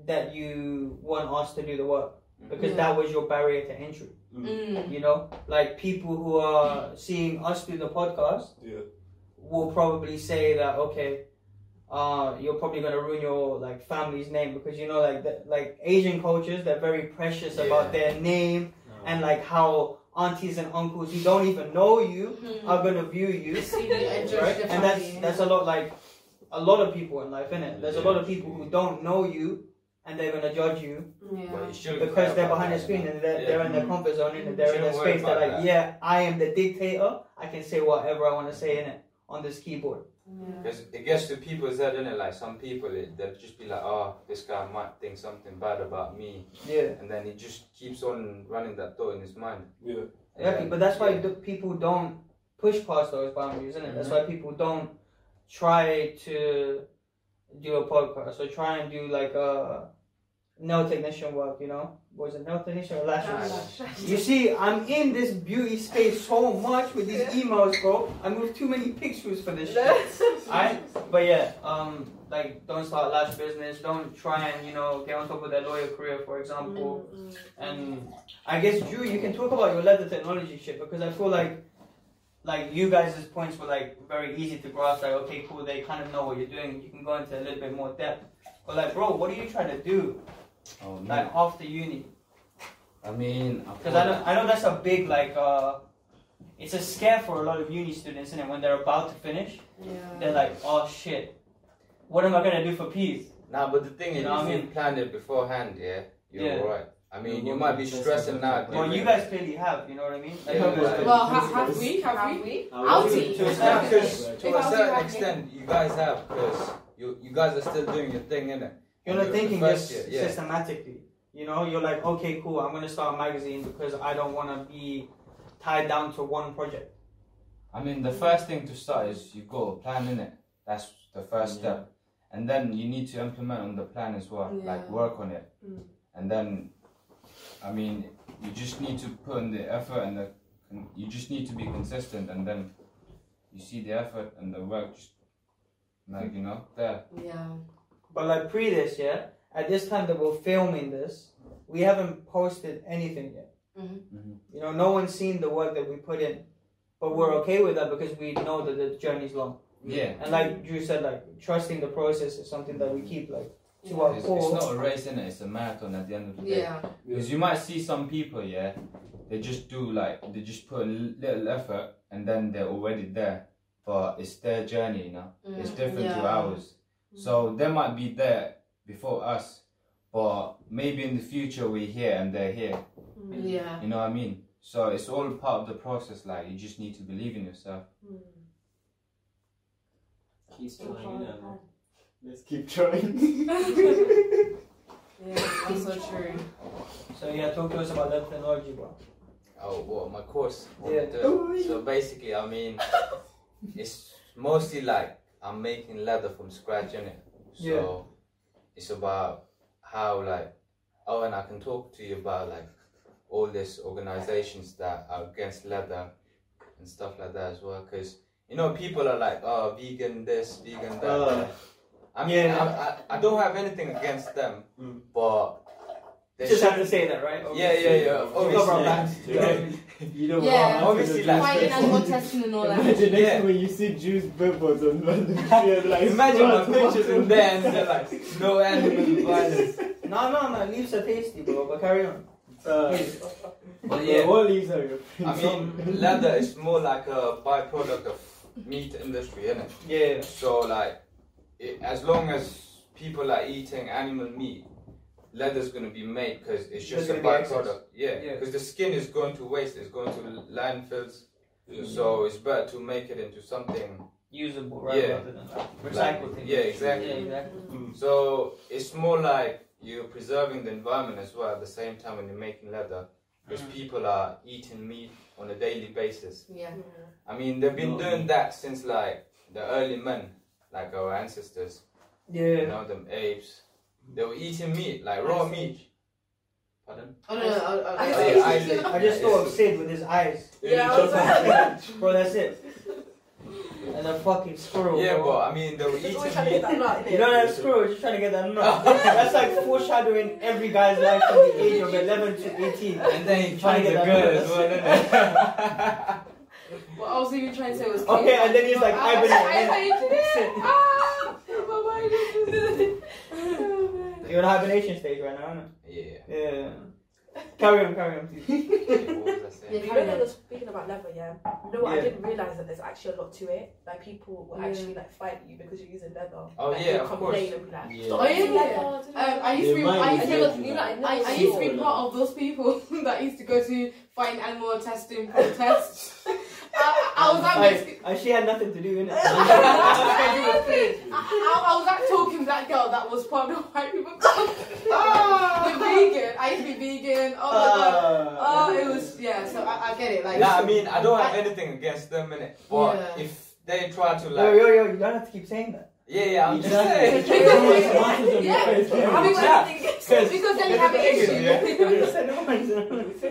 that you weren't asked to do the work. because Yeah. that was your barrier to entry. Mm. You know, like people who are seeing us do the podcast Yeah. will probably say that okay, uh, you're probably gonna ruin your like family's name because you know like the, like Asian cultures they're very precious Yeah. about their name and like how aunties and uncles who don't even know you Mm. are gonna view you See, they Yeah, judge right? the And that's family. that's a lot like a lot of people in life, innit? There's a lot of people who don't know you and they're gonna judge you yeah. But you shouldn't care because they're about behind Oh. the that, screen you know? and they're, Yeah. they're in their comfort zone and they're in a Shouldn't worry space that about like that. yeah i am the dictator i can say whatever i want to say in it on this keyboard Yeah. Because it gets to people's head, innit? Like, some people, it, they'll just be like, oh, this guy might think something bad about me. yeah And then he just keeps on running that thought in his mind. Yeah. And exactly then- but that's why yeah. the people don't Mm-hmm. push past those boundaries isn't it that's why people don't try to do a podcast or try and do like a nail technician work, you know? Was it nail technician or lash Lash. work? You see, I'm in this beauty space so much with these emails, bro. I moved too many pictures for this <laughs> shit. I, but yeah, um, like don't start lash business. Don't try and you know get on top of their lawyer career, for example. And I guess Drew, you can talk about your leather technology shit because I feel like, like you guys' points were like very easy to grasp. Like okay, cool, they kind of know what you're doing. You can go into a little bit more depth. But like, bro, what are you trying to do Oh like no. after uni? I mean, I Because I know, thought- I know that's a big like uh, it's a scare for a lot of uni students, isn't it? When they're about to finish, Yeah. they're like, oh shit, what am I gonna do for peas? Nah, but the thing You is, know what if I you planned it beforehand, yeah, you're Yeah. alright. I mean, You you might be won't be stressing stressing now. about Well, you guys clearly have, you know what I mean? Like, Yeah, you guys- but- Well, ha- have we? Have we? Outie. To a Yeah, certain- because to a certain extent, you guys have, because you, you guys are still doing your thing, innit? You're The- not the thinking first this year, yeah. systematically. You know, you're like, okay, cool, I'm gonna start a magazine because I don't wanna be tied down to one project. I mean, the first thing to start is you've got a plan in it. That's the first Mm. Yeah. step, and then you need to implement on the plan as well. Like Yeah. work on it, Mm. and then, I mean, you just need to put in the effort and the. You just need to be consistent, and then you see the effort and the work. Just, like you know, there. Yeah. But like pre this, yeah, at this time that we're filming this, we haven't posted anything yet. Mhm. Mm-hmm. Mhm. You know, no one's seen the work that we put in, but we're okay with that because we know that the journey's long. Mm. Yeah. And like Drew said, like trusting the process is something that we keep like to our It's, core. it's not a race in it. It's a marathon at the end of the day. Yeah. Because you might see some people, yeah, they just do like they just put a little effort and then they're already there. But it's their journey, you know. It's different to Mm, yeah. ours. So they might be there before us, but maybe in the future we're here and they're here. Yeah. You know what I mean? So it's all part of the process. Like you just need to believe in yourself. Keep Yeah. trying, you know. Let's keep trying. Yeah. That's so true. So yeah, talk to us about that technology, bro. Oh, what my course? What Yeah. Oh, I'm doing. So basically, I <laughs> mean, it's mostly like I'm making leather from scratch, innit? So Yeah. it's about how like, oh, and I can talk to you about like all these organizations that are against leather and stuff like that as well, because you know people are like, oh, vegan this, vegan that. Uh, I mean, yeah. I, I, I don't have anything against them, Mm. but they Just should- have to say that, right? yeah, yeah, yeah. Overall, Obviously, You know what I mean? <laughs> you know Yeah. what? I'm Obviously, gonna do like- Finding first. and more testing and all <laughs> that. Imagine next Yeah. time when you see Jews billboards on London. you're like, Imagine my what? pictures in there and they're like, no animal violence. No, no, my leaves are tasty, bro. But carry on. Uh, <laughs> But yeah. yeah, What leaves are your I <laughs> mean, leather is more like a byproduct of meat industry, isn't it? Yeah. So like, it, as long as people are eating animal meat, leather's gonna be made because it's just There's a gonna be excess. byproduct. Yeah, Yeah. because the skin is going to waste. It's going to landfills. Yeah. Mm. So it's better to make it into something. Usable, right? Yeah. Rather than like like- recycled things. Yeah, exactly. Yeah, exactly. So it's more like you're preserving the environment as well at the same time when you're making leather, because Mhm. people are eating meat on a daily basis. Yeah. I mean, they've been Mm. Not doing meat. that since like the early men, like our ancestors. Yeah. You know them apes. They were eating meat, like raw Ice meat. Pardon? Oh no. no, oh, oh, I yeah. see. Yeah, Ice Age. I just saw Sid with his eyes. Yeah, I was Bro, that's it. And a fucking squirrel. Yeah, bro. but I mean, they were It's eating always trying to get meat. that nut, innit? You know that squirrel just trying to get that nut. that's like foreshadowing every guy's life from the age of 11 to 18. And then you find Trying to the get girl that as well, innit? What I was even trying to say was. Okay, and then he's like, Ah, I believe. hibernate. <laughs> Ah, my mind is just- <laughs> Oh, man. <laughs> You're in a hibernation stage right now, aren't <laughs> Yeah. you? Yeah. Carry on, carry on. What was I <laughs> Yeah. saying? You know that was speaking about leather, yeah. You know what? I Yeah. didn't realize that there's actually a lot to it. Like people will Yeah. actually like fight you because you're using leather. Oh, like, yeah, they'll of complain course. and be like, Yeah. "Stop Oh, yeah, using yeah. leather." Um, I used to They be, might I be used to, judging be- you like, I, I used to be part of those people <laughs> that used to go to find animal testing protests. <laughs> I, I was at Mexico. Like, and she had nothing to do Uh, in it. I, I, I was at talking that girl that was part of white people. the vegan. I used to be vegan. Oh my god. Oh, it was yeah. So I, I get it. Like Nah, I mean, I don't have anything against them, innit? But Yeah. if they try to Yo, like. <laughs> yo, yo, you don't have to keep saying that. <laughs> Yeah, yeah, I'm just Exactly. saying. <laughs> Having Yeah. one <laughs> thing- Because- because then you have an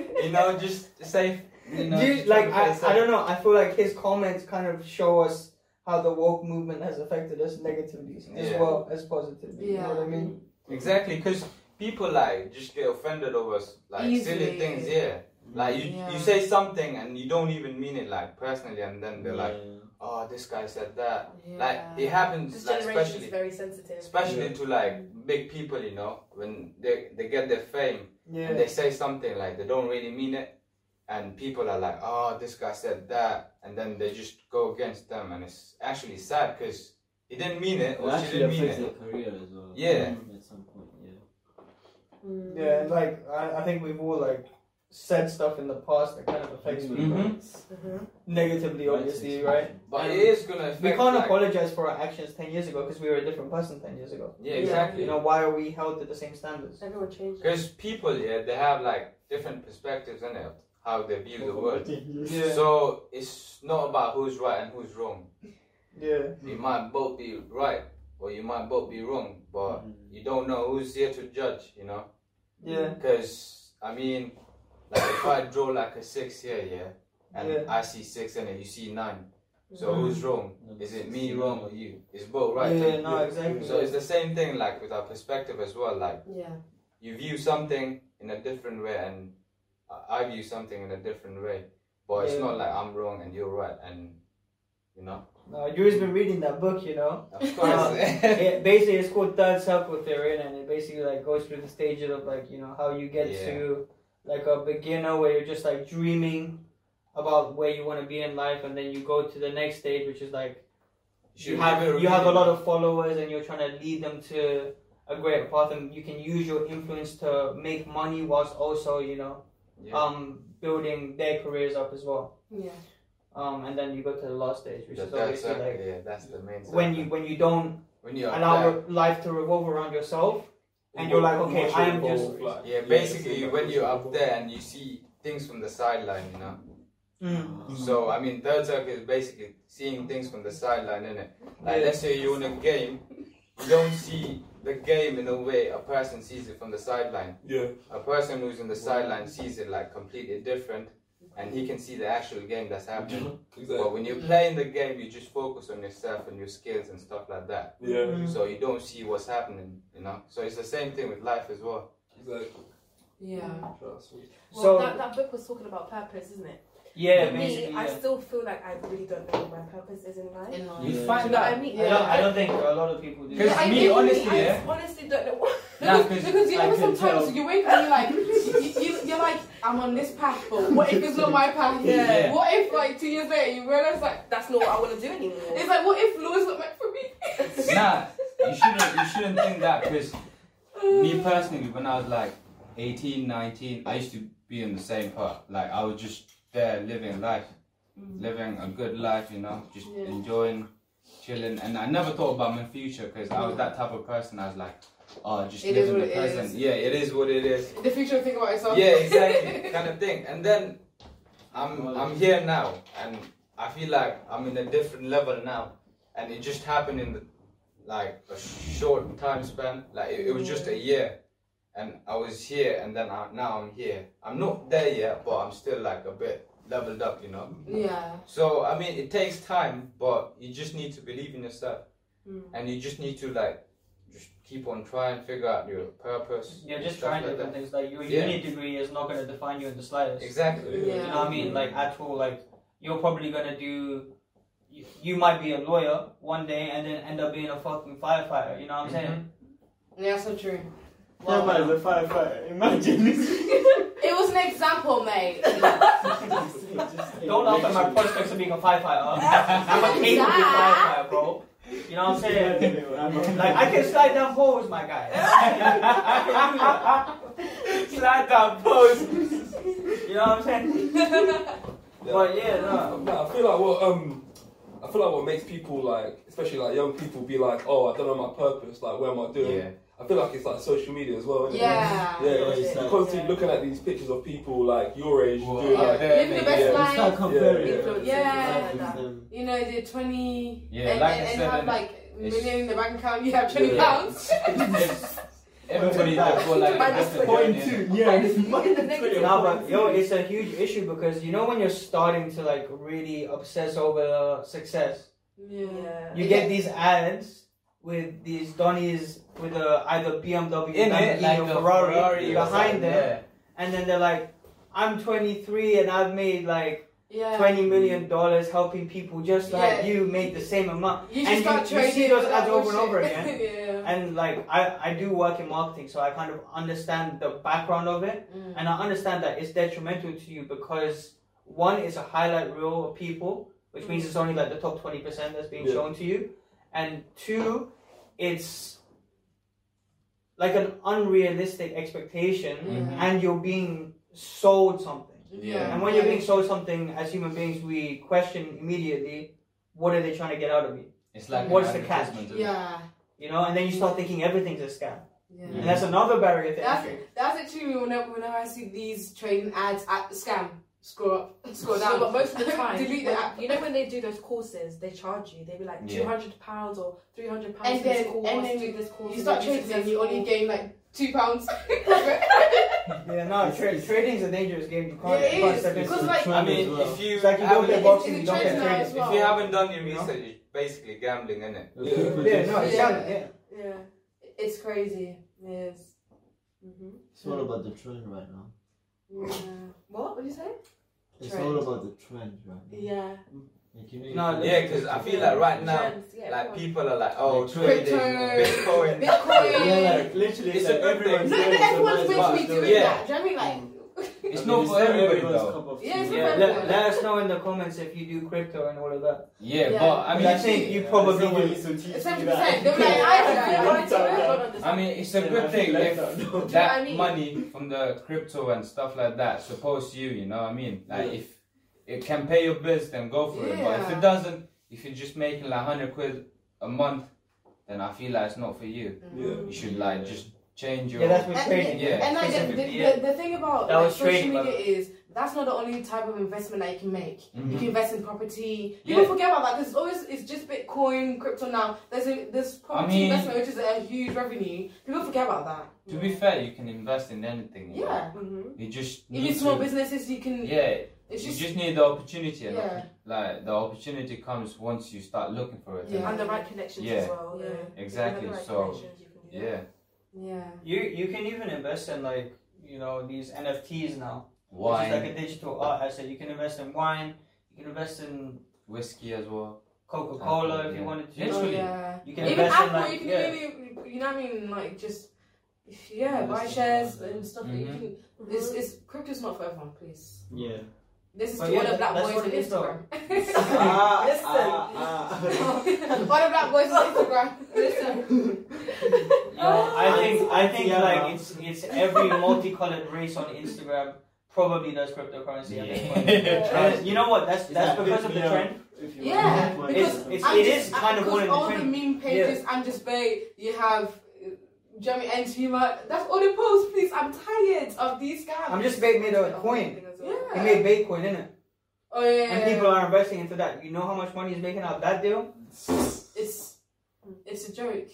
issue. You know, just say. You know, Do you, just like put I, it I don't know. I feel like his comments kind of show us how the woke movement has affected us negatively as Yeah. well as positively. You know what I Yeah. mean? Exactly, because people like just get offended over like silly Easily. things. Yeah, like you, Yeah. you say something and you don't even mean it like personally, and then they're like, oh, this guy said that. Like it happens, This like generation especially is very sensitive. especially to like big people, you know, when they they get their fame and they say something like they don't really mean it, and people are like, oh, this guy said that, and then they just go against them, and it's actually sad because he didn't mean it or she didn't mean it. career as well. Mm-hmm. Yeah. At some point, yeah. Mm. Yeah, and, like I, I think we've all like said stuff in the past that kind of affects people Mm-hmm. Mhm. Mhm. negatively, obviously, right? But And it is gonna affect. We can't like- apologize for our actions ten years ago because we were a different person ten years ago. Yeah, Yeah. exactly. You know why are we held to the same standards? Everyone changes. Because people here, they have like different perspectives in it, how they view the world. Yeah. So it's not about who's right and who's wrong. Yeah, You might both be right or you might both be wrong, but Mm-hmm. you don't know who's here to judge, you know? yeah, Because, I mean, like if I draw like a six here, yeah, and Yeah. Mm-hmm. I see six and you see nine. So who's wrong? Is it me wrong or you? It's both right. yeah. No, exactly. So it's the same thing like with our perspective as well. Like, Yeah. you view something in a different way and I- I view something in a different way. But it's Yeah. not like I'm wrong and you're right and you know. No, Yuri's been reading that book, you know. <laughs> <laughs> Of Uh, course. <laughs> it basically it's called third circle theory and it basically like goes through the stages of like you know how you get Yeah. to like a beginner where you're just like dreaming about where you want to be in life and then you go to the next stage which is like you, have you have a lot of followers and you're trying to lead them to a great path and you can use your influence to make money whilst also you know yeah. um building their careers up as well Yeah. um and then you go to the last stage which the is third obviously circle, like yeah, that's the main when circle. you when you don't when you allow apply, life to revolve around yourself and you're like, okay, I am just- yeah, basically when you're up there and you see things from the sideline, you know. Mm. So I mean third circle is basically seeing things from the sideline, is it? Like Yeah. let's say you're in a game, you don't see the game in a way a person sees it from the sideline. Yeah. a person who's in the sideline sees it like completely different and he can see the actual game that's <laughs> happening. Exactly. but when you're playing the game, you just focus on yourself and your skills and stuff like that. Yeah. Mm. So you don't see what's happening, you know? So it's the same thing with life as well. Exactly. Yeah. Trust me. Well, So- that, that book was talking about purpose, isn't it? Yeah, For me, basically. I yeah. still feel like I really don't know what my purpose is in life. In line. You Yeah. find Do you know what that. I mean? I, don't, I don't think a lot of people do. Yeah, Because I me, genuinely- honestly, I yeah. honestly don't know what. Nah, because, because you I know can sometimes tell- you wake up and you're like you, you, you're like I'm on this path but what if it's not my path Yeah. what if like two years later you realize like That's not what I want to do anymore. <laughs> it's like what if law is not meant for me nah, you shouldn't. You shouldn't think that because me personally, when I was like 18, 19, I used to be in the same part. Like I was just there living life, living a good life, you know, just Mm. Yeah. enjoying, chilling, and I never thought about my future because I was that type of person. I was like, oh, just Mm. It live is in the what it is. present. Yeah, it is what it is. the future thing about itself Yeah, exactly, kind of thing. And then I'm I'm here now, and I feel like I'm in a different level now, and it just happened in the, like a short time span. Like it, it was just a year, and I was here, and then I, now I'm here. I'm not there yet, but I'm still like a bit leveled up, you Mm. know. <laughs> yeah So I mean, it takes time, but you just need to believe in yourself, and you just need to like just keep on trying, figure out your purpose. You're and just stuff trying like different that. things. Like your Yeah. uni degree is not going to define you in the slightest. Exactly. Yeah. You know what I mean? Like at all. Like you're probably going to do. You, you might be a lawyer one day and then end up being a fucking firefighter. You know what I'm saying? yeah so true That man is a firefighter. Imagine. it was an example mate Don't laugh at my prospects of being a <laughs> firefighter. I'm a capable Yeah. firefighter, bro. You know what I'm saying? Like Like I can slide down poles, my <laughs> guy. slide down poles. You know what I'm saying? But yeah, no. No, I feel like what um, I feel like what makes people like, especially like young people, be like, oh, I don't know my purpose. Like, what am I doing? Yeah. I feel like it's like social media as well. Isn't yeah It? Yeah. Yeah, It's it's you like- constantly looking at these pictures of people like your age Well, doing out like. there, Live the maybe, best yeah. life. start comparing Yeah. yourself Yeah. to life with them. you know the 20 Yeah, and, like I and, and said, have and- like million in the bank account, you have twenty Yeah. pounds. <laughs> It's- Everybody that got like Minus invested twenty. in it. yeah, it's Nah, but yo, it's a huge issue because you know when you're starting to like really obsess over uh, success, Yeah. you get these ads with these Donnies with uh, either BMW, In it, Lamborghini, like or a Ferrari, Ferrari or behind something, them, and then they're like, "I'm 23 and I've made like Yeah. 20 million dollars helping people just like Um, Yeah. you made the same amount." You And just you- start you trading. see those for that ads over and over bullshit. <laughs> yeah. And like I, I do work in marketing, so I kind of understand the background of it. Mm. And I understand that it's detrimental to you because one is a highlight reel of people, which means it's only like the top twenty percent that's being Yeah. shown to you, and two, it's like an unrealistic expectation, Mhm. and you're being sold something. Yeah. And when you're being sold something, as human beings, we question immediately, what are they trying to get out of me? It's like What's an the catch? advertisement, isn't it? yeah. You know, and then you start thinking everything's a scam, Yeah. Mhm. and that's another barrier to That's, entry. that's actually when I, when I see these trading ads at scam. Scroll up, scroll So, down. but <laughs> most of the time, <laughs> delete the when- app. you know when they do those courses, they charge you. They be like Yeah. two hundred pounds or three hundred pounds And for this then- course. and then do this course. You start do this trading and you only course. gain like two pounds. <laughs> Yeah, no, tra- trading's a dangerous game. You can't, Yeah, it you can't is, step into because it. like I mean, Well. if you It's like you don't haven't- play It's- boxing, you it's a don't play trend now trading. as if well. you haven't done your You know? research, it's basically gambling, isn't it? Yeah. Yeah, no, it's Yeah. yeah. yeah. Yeah. it's crazy. Yes. hmm It's all about the trend right now. Mm-hmm. What would you say? It's Trend. all about the trend right now. Yeah. Like, you know, No, you- Yeah, because I feel like right now, Trends, yeah, like come on. people are like, oh, Like trading, Bitcoin. Bitcoin. Yeah, Bitcoin. like literally, It's it's a like good everyone's thing. doing it, so might Everyone's as with well me do doing it. Yeah. that. Do you know what I mean? Like, It's I not mean, for everybody everyone's though. cup of Yeah, it's tea. not Yeah, for Let, let us know in the comments if you do crypto and all of that. Yeah, Yeah. but I mean, I think you probably Someone would. needs to teach me it's that. 100%. They're like, I I don't understand. I mean, it's a Yeah, good I feel thing like if that, no. what that I mean? money from the crypto and stuff like that supports you. You know what I mean? Like Yeah. if it can pay your bills, then go for it. But if Yeah. it doesn't, if you're just making like hundred quid a month, then I feel like it's not for you. Mm-hmm. Yeah. You should like just change your. Yeah, that's with And- trading. yeah. And like the, the, the, the thing about That like, was social trading, media by the is that's not the only type of investment that you can make. You Mhm. can invest in property. Yeah. People forget about that because it's always it's just Bitcoin, crypto now. There's a, there's property mean- investment which is a huge revenue. People forget about that. To be fair, you can invest in anything. you know? Yeah. Mm-hmm. You just Even need small to. businesses, you can. Yeah, It's you just, just need the opportunity. And Yeah. Like the opportunity comes once you start looking for it. Yeah. And the right connections as Yeah. well. Yeah. Yeah. Exactly. If you have the right So connections, you can do that. yeah. yeah. You you can even invest in like you know these NFTs now, Wine, which is like a digital art asset. You can invest in wine. You can invest in whiskey as well. Coca Cola if you Yeah. wanted to. Oh, Literally. yeah. You can Even invest in Apple, like you can yeah. really, you know what I mean? Like just, yeah, Yeah, buy that's- shares and stuff. That Mhm. you can, it's, it's crypto's not for everyone, please. Yeah. This is But to yeah, all the black that's boys what on it is, <laughs> <laughs> Instagram. <laughs> Ah, ah, all the black boys on Instagram. Listen. Yeah, Oh. I think I think Yeah. like it's it's every multicolored race on Instagram probably does cryptocurrency at this <laughs> point. Yeah. And you know what? That's Is that's that because of the Bitcoin? trend. ah. If you Yeah, want to because make money, it's- I'm it just- is kind of because one of the all the trend. meme pages. I'm just bay. You have. uh, Jeremy and Humor. That's all the posts, please. I'm tired of these guys. I'm just bait made a coin. He Yeah. made Bitcoin, innit? oh yeah. And people are investing into that. You know how much money he's making out of that deal? It's it's a joke.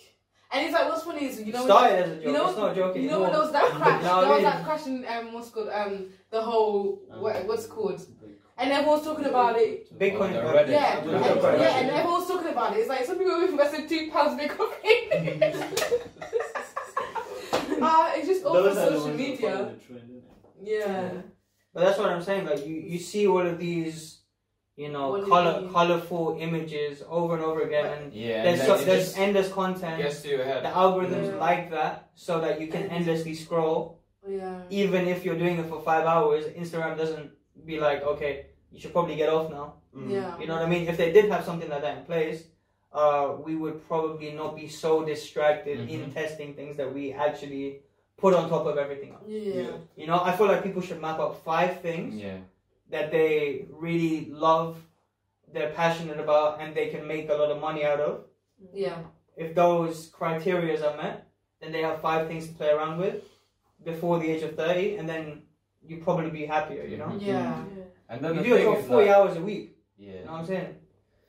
And it's like what's funny is you know. when- Started as a joke. you know- it's not a joke You anymore. know when there was that crash, No, I there was mean- that crash in um, what's called um the whole what, what's it called, and everyone's talking about it. Bitcoin Oh, the is bad. Reddit. Yeah, and, Yeah, yeah, yeah, and yeah. everyone's talking about it. It's like some people have invested two pounds in <laughs> Bitcoin. Ah, it's just all Those for are the social ones that media. follow the trend, innit? Yeah. But that's what I'm saying. Like you, you see all of these, you What know, do color, you mean? colorful images over and over again, and Yeah, there's and so, then it there's just endless content. gets to your The head. algorithms Yeah. like that, so that you can endlessly scroll. Yeah. Even if you're doing it for five hours, Instagram doesn't be like, okay, you should probably get off now. Mm. Yeah. You know what I mean? If they did have something like that in place, uh, we would probably not be so distracted in Mhm. testing things that we actually put on top of everything else. Yeah. You know, I feel like people should map out five things Yeah, that they really love, they're passionate about, and they can make a lot of money out of. Yeah. If those criterias are met, then they have five things to play around with before the age of 30, and then you probably be happier, you know? Mhm. Yeah. and then You the do it thing for is 40 like, hours a week, you know yeah, what I'm saying?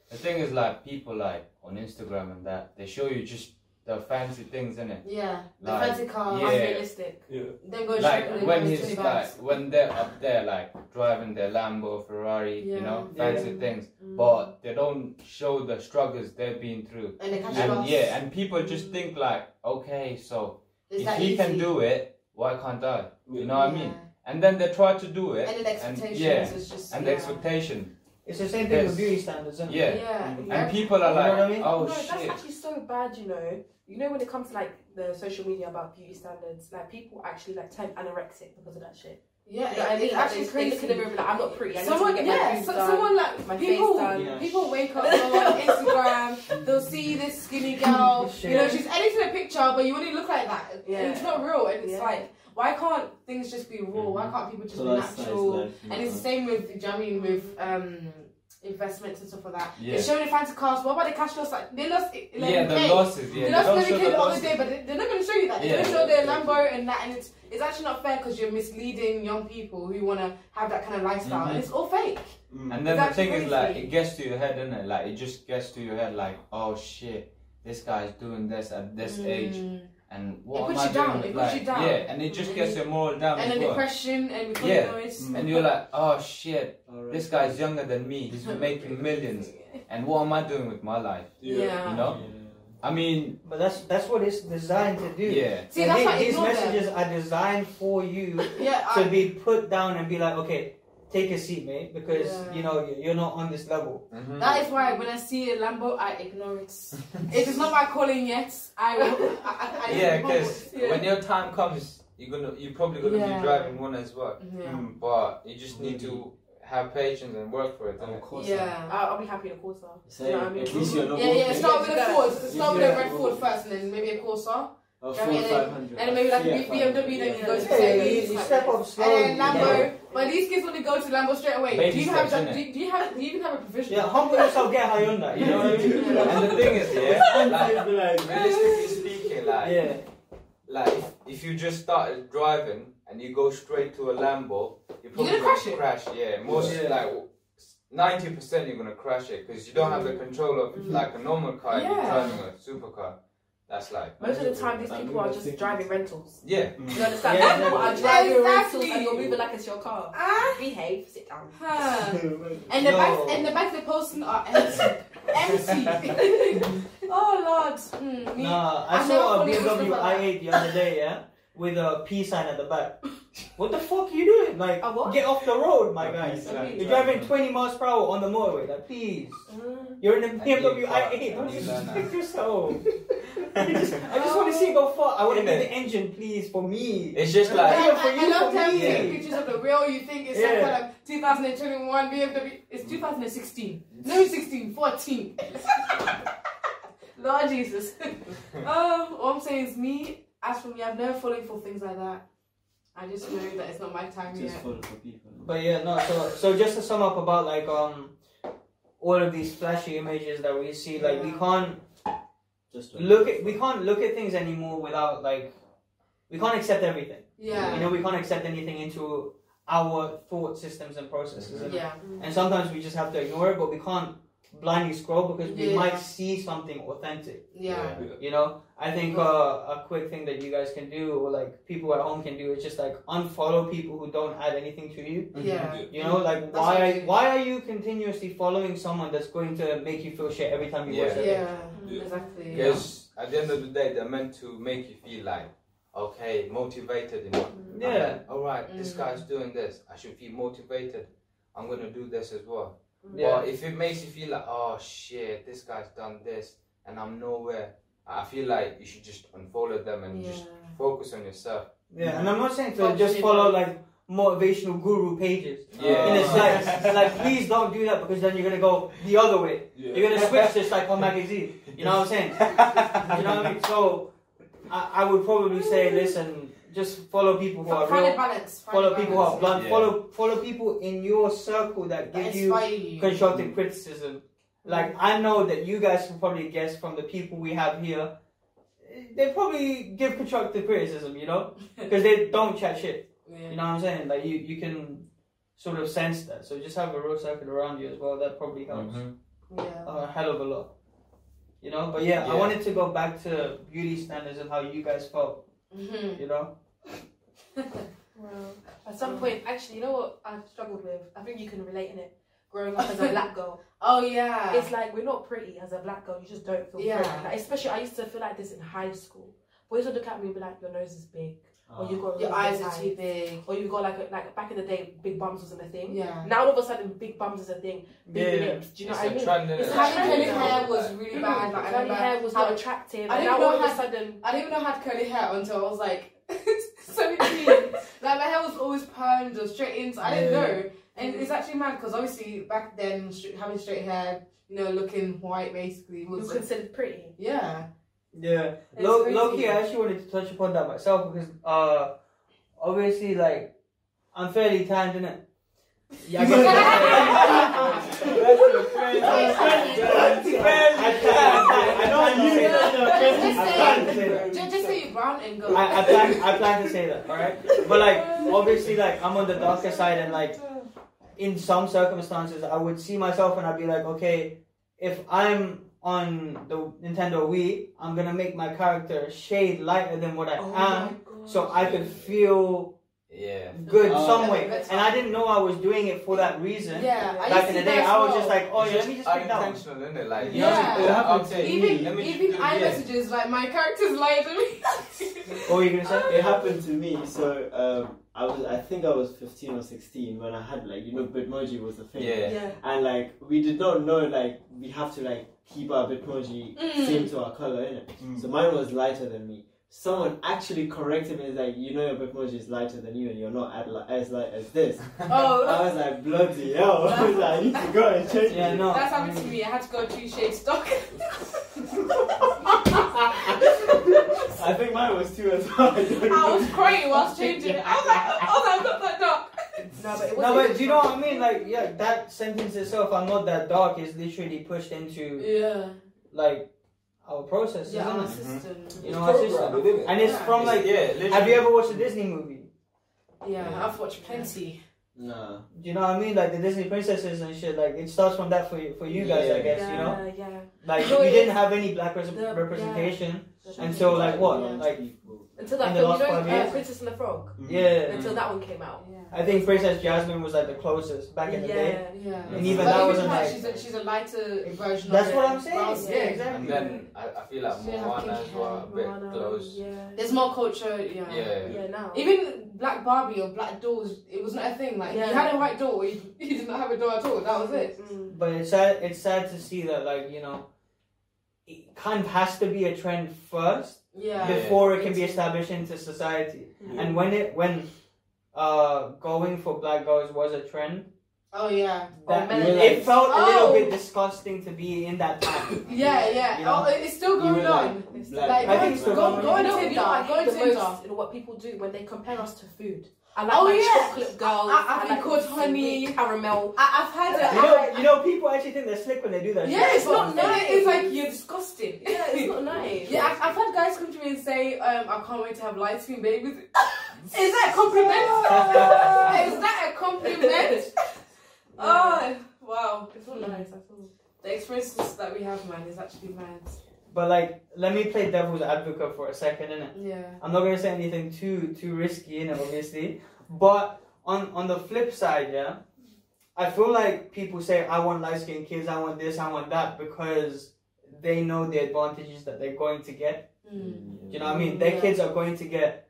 the thing is like people like on Instagram and that they show you just the fancy things in it. Yeah, the Like, fancy cars. Yeah. Unrealistic. Then go shopping Like and when it costs he's 20 like bucks. when they're up there like driving their Lambo, Ferrari, you Yeah. know, Yeah. fancy things, Mm. but they don't show the struggles they've been through. and they catch a And bus. yeah, and people just think like, okay, so It's if that he can easy. do it, why can't I? You know yeah. what I mean? And then they try to do it, And the expectations yeah, is just and the yeah. expectation, It's the same thing Yes. with beauty standards, isn't Yeah. it? and people are You know like, what I mean? oh no, that's shit, actually so bad, you know. You know when it comes to like the social media about beauty standards, like people actually like turn anorexic because of that shit. Yeah, You know what I mean? Like, it's they- actually they crazy. look in the mirror and be like, I'm not pretty. I need to Someone, get my yeah, boobs so, done, someone like my people, face done. Yeah. people wake <laughs> up on Instagram. They'll see this skinny girl. You know, Shit. she's editing a picture, but you wouldn't look like that. Yeah. It's not real, and it's Yeah. like, why can't things just be raw? Why can't people just So be that's nice, natural? like, And it's the same with, do you know what I mean, with um, investments and stuff like that. yeah, They're showing the fancy cars. What about the cash loss? Like they lost it- 11k. yeah, the losses, yeah, They they lost don't show 11k the, the other losses. day, but they, they're not going to show you that. They're Yeah. going to show their Lambo and that, and it's it's actually not fair because you're misleading young people who want to have that kind of lifestyle, and Mhm. it's all fake. And then the That's thing is like, crazy. it gets to your head, is it? Like it just gets to your head, like, oh shit, this guy's doing this at this age, Mm. and what am puts I you doing? down, it puts like, you down. yeah, and it just gets your moral down And as then well. depression and we Yeah. know it's And you're like, oh shit, this guy's younger than me. He's making <laughs> millions, and what am I doing with my life? Yeah. You know? I mean, But that's that's what it's designed to do. yeah, See, And that's the- why I these ignore them. messages are designed for you Yeah, to I, be put down and be like, okay, take a seat, mate, because Yeah. you know you- you're not on this level. Mhm. that is why when I see a Lambo, I ignore it. it is not my calling yet. I will. I, I, I Yeah, ignore because it. when your time comes, you're gonna, you're probably gonna Yeah. be driving one as well. Mm, yeah. But you just need to have patience and work for it. Of innit? course. yeah. I'll, I'll be happy in a quarter. Say, at least you're not Yeah, yeah, walking. start with a Yeah. Ford. Start with a Yeah. red Ford first, and then maybe a Corsa, A Yeah, Ford and then- 500. and then maybe like a oh, Yeah, BMW, then you go to Yeah. Yeah, Mercedes, you, you step up slowly. and then Lambo. But these kids want to go to Lambo straight away. Baby do you have steps, that? Do, you- do you have? Do you even have a provision? Yeah, humble yourself, get high on that. You <laughs> know what I mean? Yeah. and the thing is, yeah, like, I'd be <laughs> like, <laughs> Realistically speaking, like, Yeah. like if, if you just started driving and you go straight to a Lambo, you're probably gonna crash it. Yeah, most Yeah. like ninety percent you're gonna crash it because you don't have the control of Mhm. like a normal car. if You're Yeah. driving a supercar. That's like Most of the time, these I'm people are gonna just think- Mm. driving rentals. yeah. You understand? Yeah, People are exactly. driving Exactly. rentals and you're moving like it's your car. Ah. Behave, sit down. Huh. And the No. bags and the bags they're posting are empty. <laughs> <laughs> empty. <laughs> oh lord. Mm, me. Nah, I I never saw a fully understood BMW that. i8 the other day, yeah, with a peace sign at the back. What the fuck you doing? Like, A what? get off the road, my guy. <laughs> sign. You're driving 20 miles per hour on the motorway. Like, please. You're in a I need BMW that. i8. Don't I you need that now. stick <laughs> yourself. I just, I just want to see you go far. I want to Innit? get the engine, please, for me. It's just I, Yeah, like for I you, love for them me. taking pictures of the real. You think it's Yeah. some kind of 2021 BMW? It's 2016. No, 16, 14. <laughs> <laughs> Lord Jesus. um, all I'm saying is me. As for me, I've never fallen for things like that. I just know that it's not my time Just yet. follow for people. But yeah, no. So so just to sum up about like um all of these flashy images that we see, like we Yeah. can't Just don't. look at we can't look at things anymore without like we can't accept everything. Yeah. You know, we can't accept anything into our thought systems and processes. Yeah. and- And sometimes we just have to ignore it, but we can't blindly scroll because we Yeah. might see something authentic. Yeah. You know, I think uh, a quick thing that you guys can do, or like people at home can do, is just like unfollow people who don't add anything to you. Yeah. You know, like That's why what I are, do. why are you continuously following someone that's going to make you feel shit every time you watch Yeah. it? Yeah. Yeah. Exactly. because at the end of the day they're meant to make you feel like okay, motivated. You know. Mm-hmm. Yeah. All right, this Mm. guy's doing this. I should feel motivated. I'm gonna do this as well. Yeah. But if it makes you feel like, oh shit, this guy's done this and I'm nowhere, I feel like you should just unfollow them and just Yeah. focus on yourself. Yeah, And I'm not saying to Fuck just shit. follow like motivational guru pages. Yeah. And <laughs> it's like, like please don't do that because then you're gonna go the other way. You're gonna switch to <laughs> Psycho magazine. You know what I'm saying? you know what I mean? So I, I would probably say, listen, just follow people who are Find a real. balance. Find Follow a people who are balance. blunt. Yeah. Follow follow people in your circle that That give you inspire you. constructive criticism. Like I know that you guys can probably guess from the people we have here, they probably give constructive criticism, you know, because they don't chat shit. Yeah. You know what I'm saying? Like you, you can sort of sense that. Mm-hmm. Mm-hmm. So just have a real circle around you as well. That probably helps Mhm. Yeah. a <laughs> hell of a lot. You know, but yeah, I Yeah. wanted to go back to beauty standards and how you guys felt. Mhm. You know, Well, at some point, actually, you know what I've struggled with? I think you can relate in it. Growing up as a black girl, Oh yeah. it's like we're not pretty as a black girl. You just don't feel Yeah. pretty. Like, especially, I used to feel like this in high school. Boys would look at me and be like, "Your nose is big," Ah. or Oh, Ah. "You got a your really eyes big are eye." too big. or you got like a, like back in the day, big bums wasn't a thing. Yeah. Now all of a sudden, big bums is a thing. Big lips. Do you know it's what I a mean? trend, innit? It's Like, having Having curly Yeah. hair was really bad. Like, I curly remember hair was how- not attractive. I and didn't now know all of a how- sudden, I didn't even know I had curly hair until I was like <laughs> 17. like my hair was always permed or straightened. So I didn't Yeah. know, and it's actually mad because obviously back then stra- having straight hair, you know, looking white basically you're was considered <laughs> pretty. yeah. yeah. It's Low, crazy. low key, I actually wanted to touch upon that myself because uh, obviously, like, I'm fairly timed, innit? Yeah, I know I you- Just I plan, Just, just say you're brown and go. I, I, plan, I plan to say that, alright? But like, obviously, like, I'm on the darker side, and like, in some circumstances, I would see myself and I'd be like, okay, if I'm on the Nintendo Wii, I'm gonna make my character a shade lighter than what I Oh am, so I could feel Yeah. good Oh. some way. That's And I didn't know I was doing it for that reason. yeah. I Back used in to the do day, that I was as just well. like, oh yeah, let me just pick that one. unintentional, isn't it? Like, Yeah. you know, I'll Yeah. take- Even let me just even do- I yeah. messages like my character's lied to me. What were Oh, you gonna say? <laughs> It happened to me. So um, I was, I think I was 15 or 16 when I had like, you know, Bitmoji was a thing. Yeah. And like, we did not know like we have to like keep our Bitmoji Mm. same to our color, innit? Mm. So mine was lighter than me. Someone actually corrected me and like, you know, your Bitmoji is lighter than you, and you're not at li- as light as this. I oh, was like, bloody hell! <laughs> I was like, I need to go and change. Yeah, it. no. that's happened to me. I had to go two shades stock. <laughs> I think mine was two as well. <laughs> I don't I know. was crying whilst changing it. <laughs> I was like, oh, I'm not that dark. No, but it No, wasn't but do you know what I mean? Like, yeah, that sentence itself, I'm not that dark, is literally pushed into, Yeah. like, our process, Yeah, isn't our it? system. You know, our system. Programmed, innit? And it's Yeah. from, like, yeah, literally. have you ever watched a Disney movie? Yeah, Yeah. I've watched plenty. Nah. Do you know what I mean? Like, the Disney princesses and shit, like, it starts from that for you, for you guys, I Yeah. guess, you know? Yeah, yeah. Like, No, you it didn't is. have any black res- The- representation Mm-hmm. until, like, Yeah. what? Like, Until In that film, the you last know, five uh, years? Princess and the Frog. yeah. Until that one came out. Yeah. I think Princess Jasmine was, like, the closest back in the day. Yeah. Yeah. And even but that even wasn't her, like- she's a, she's a lighter version That's of what it. I'm saying. Brown skin. Yeah, exactly. And then I, I feel like So you have Moana kinky as well, a hair, bit Moana, close. Yeah. There's more culture, yeah. Yeah. Yeah, now. Even black Barbie or black doors, it was not a thing. Like Yeah. you had a white door, or you, <laughs> you did not have a door at all. That was it. Mm. But it's sad, it's sad to see that, like, you know, it kind of has to be a trend first Yeah. Yeah. before it can be established into society. And when it when uh going for black girls was a trend, Oh yeah. that melanin. it felt a little Oh. bit disgusting to be in that time. Yeah, yeah. You know? Oh, it's still You were going like- on. Black. Like, I think so. go, go, go on You know, you Tinder. know, I Go on hate the Tinder. most in what people do when they compare us to food. I like Oh, my yeah. chocolate girls. I- I've been like called sweet honey. caramel. I, I've had You a. know, you know, people actually think they're slick when they do that. yeah, shit. it's not Well, nice. It's like you're disgusting. Yeah, it's <laughs> not nice. Yeah, I've, I've had guys come to me and say, um, I can't wait to have light skin babies. Is that a compliment? Is that a compliment? oh, wow. It's not nice at all. The experiences that we have, man, is actually mad. But like, let me play devil's advocate for a second, innit? Yeah. I'm not gonna say anything too too risky, you know, obviously. But on on the flip side, yeah, I feel like people say I want light skinned kids, I want this, I want that because they know the advantages that they're going to get. Hmm. You know what I mean? Their Yeah. kids are going to get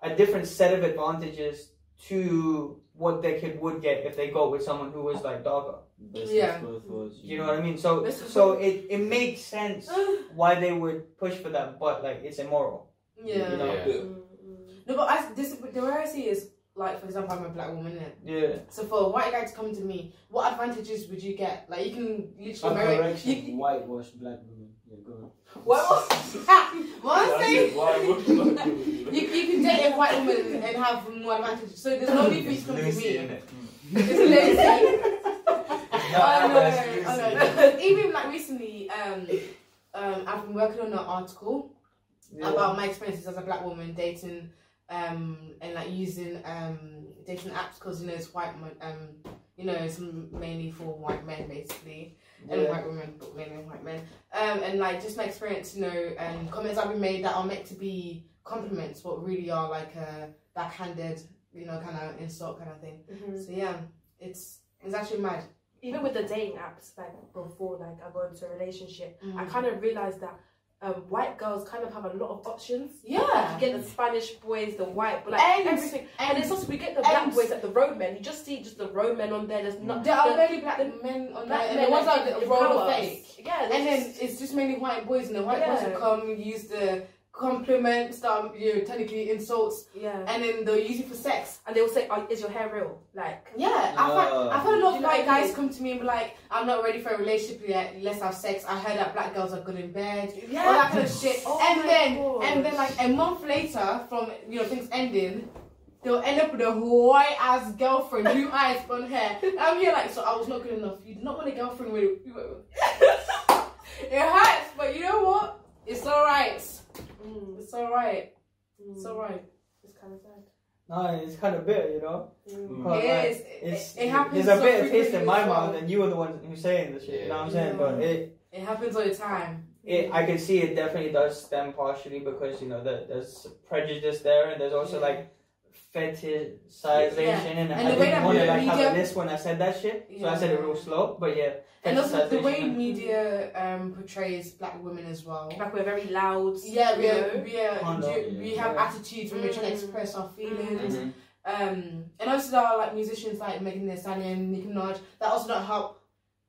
a different set of advantages to what their kid would get if they go with someone who was like darker. Best Yeah. of both worlds. You know what I mean? So This is- so it, it makes sense why they would push for that, but like it's immoral. Yeah. Hmm. You know? Yeah. No, but I, this, the way I see is, like, for example, I'm a black woman, innit? Yeah. So for a white guy to come to me, what advantages would you get? Like, you can A literally marry. correction, You, whitewash black women. Yeah, go on. what <laughs> was What I'm saying? You, you can date a white woman and have more advantages. So there's no need for you to come to me. it? Mm. It's lazy. No, no, it's oh, no. Lucy. Even like recently, um, um, I've been working on an article Yeah. about my experiences as a black woman dating um, and like using um, dating apps because you know it's white mon- um, you know, it's m- mainly for white men basically, and Yeah. white women, but mainly white men. Um, and like just my experience, you know, um, comments that we made that are meant to be compliments, but really are like a backhanded, you know, kind of insult kind of thing. Mm-hmm. So yeah, it's it's actually mad. Even with the dating apps, like before, like I got into a relationship, I Mm. kind of realized that um, white girls kind of have a lot of options. Yeah. You get the Spanish boys, the white, but like And- everything. And it's also we get the and- Mm. black boys at the roadmen. You just see just the roadmen on there. There's not There are the many black men on black there, and men the ones that that get the roll powers. fake. Yeah, And then just- it's just mainly white boys, and the white boys Yeah. will come use the compliments, um, you know, technically insults, yeah. and then they'll use it for sex. and they will say, oh, "Is your hair real?" Like, Yeah, I've, had, Oh. I've had a lot of You know white what I guys mean? come to me and be like, I'm not ready for a relationship yet, let's have sex. I heard that black girls are good in bed, all that kind of shit. Oh my and then, gosh. and then like a month later from, you know, things ending, they'll end up with a white ass girlfriend, blue eyes, blonde hair. And I'm here like, so I was not good enough. You did not want a girlfriend with, <laughs> it hurts, but you know what? It's alright. Mm, It's alright. mm. It's alright. it's kind of sad. No, it's kind of bitter, you know. Mm. But, like, It is. It's, It, it happens. There's a so bit of taste frequently in my as well. mouth, and you were the one who's saying this shit. You know what I'm Yeah. saying? But it, It happens all the time. it, I can see it definitely does stem partially because you know there, there's prejudice there, and there's also like fetishization, Yeah. and, And I the way didn't that want to the like have media- a list when I said that shit, so I said it Yeah. real slow. But yeah, And also the way fetishization. media um, portrays black women as well. Like we're very loud. Yeah, we you are, know? we are, Condom, do- we have yeah. attitudes when we're trying to Mm. express our feelings. Mhm. Um, and also there are like musicians like Megan Thee Stallion, Nicki Minaj that also don't help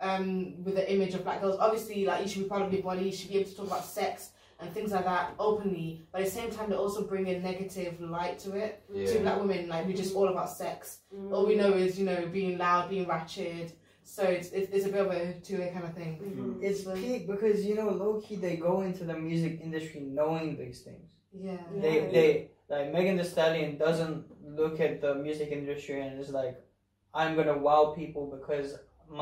um with the image of black girls. Obviously, like you should be proud of your body, you should be able to talk about sex and things like that openly. But at the same time, they also bring a negative light to it. to Yeah. black women, like we're just all about sex. Mm. All Oh, we know is you know being loud, being ratchet. So it's it's, it's a bit of a two way kind of thing. Mhm. It's peak because you know, low key, they go into the music industry knowing these things. Yeah. They, Yeah. they like Megan Thee Stallion doesn't look at the music industry and is like, I'm gonna wow people because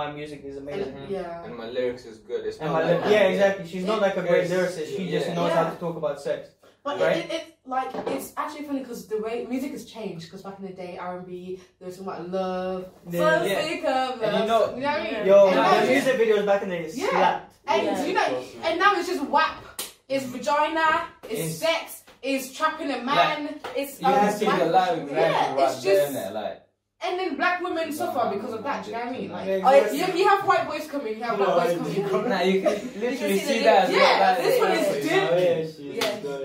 my music is amazing. And- yeah. And my lyrics is good. It's And not my like li- yeah, exactly. She's not like a great Because- lyricist. She just yeah. knows how Yeah. to talk about sex. But Right. it, it, it like it's actually funny because the way music has changed. Because back in the day, R and B, they were talking about love, Yeah. for the sake of And love. you you know what I mean? Yo, and, the now it's- music videos back in the day Yeah. slapped. <laughs> and Yeah. you know, and now it's just whap. It's vagina. It's It's- sex. It's trapping a man. it's You can um, see whap. the live example Yeah, right it's there, just- innit? Like, And then black women No, suffer no, because of no, that. Do you know what I mean? no. Like, Yeah, oh, it's- exactly. you, you have white boys coming, you have No, black boys you coming. nah, you can You literally can see the that. as lyrics. well, Yeah, like- this one is dick. Oh, Yes.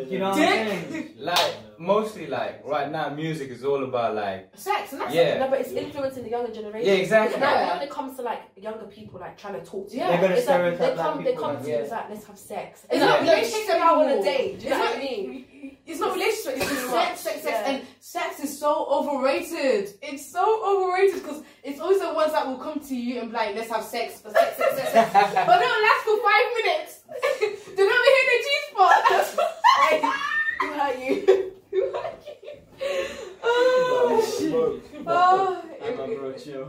You know what Dick. I'm saying? <laughs> Like mostly like right now, music is all about like Sex, and that's yeah, <laughs> No, but it's influencing the younger generation. yeah, Because exactly. now, Yeah. now when it comes to like younger people, like trying to talk to Yeah. you, They're gonna it's like, stereotype they black come, they people come like, to you yeah. it's like, let's have sex. It's It's not like, let's relationship take them out on a anymore. date. Do you know what I mean? <laughs> It's not relationship. It's Too just much. sex, sex, sex, Yeah. and sex is so overrated. It's so overrated because it's always the ones that will come to you and be like, "Let's have sex, for sex, sex, sex, <laughs> sex," but they don't last for five minutes. <laughs> they don't even hit the G spot. <laughs> Who hurt you? oh, oh, I'm a it- bro, chill.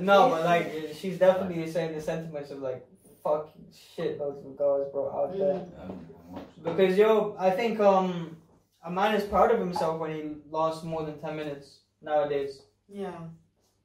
No, but like she's definitely saying the sentiments of like fucking shit those girls bro out there. Um, Mm. Because yo, I think um a man is proud of himself when he lasts more than ten minutes nowadays. <laughs> yeah.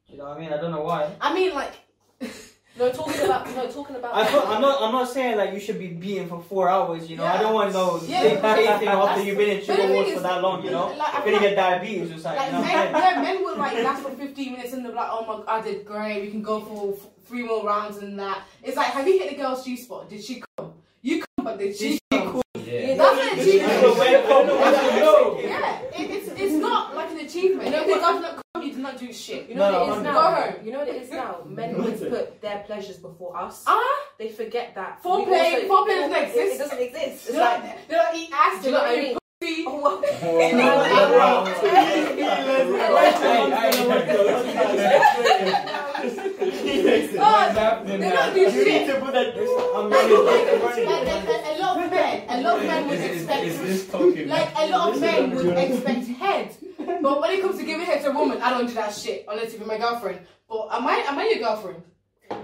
You know what I mean? I don't know why. I mean, like, <laughs> No, talking about no, talking about. I that. feel, I'm not. I'm not saying like you should be beating for four hours. You know, I Yeah. don't want no Yeah, big but- pay thing after you've been in but the thing chugga is- for that long. You know, like, I you're feel gonna like- get diabetes or something. Like You know what men, I'm saying? yeah, men would like last for 15 minutes and they're like, oh my god, I did great, we can go for f- three more rounds and that. It's like, have you hit the girl's G spot? Did she come? You come, but did she come? Yeah. That's an This is achievement. the way I don't know what to do. Yeah, it, it's, it's not like an achievement. No, if the girl did not come, you did not do shit. You know No, what it is I'm- now. Go home. You know what it is now. Men always put their pleasures before us. Ah, They forget that Foreplay- we also- foreplay doesn't it- exist. It doesn't exist. they It's don't, like, they don't eat ass, do they you know don't what I Oh, eat mean? pussy. Oh, well, <laughs> They don't do shit. to put that. I'm Like, running. like, a, a lot of men, a lot of men would expect Like a lot of men would expect head, but when it comes to giving head to a woman, I don't do that shit unless you're my girlfriend. But am I am I your girlfriend?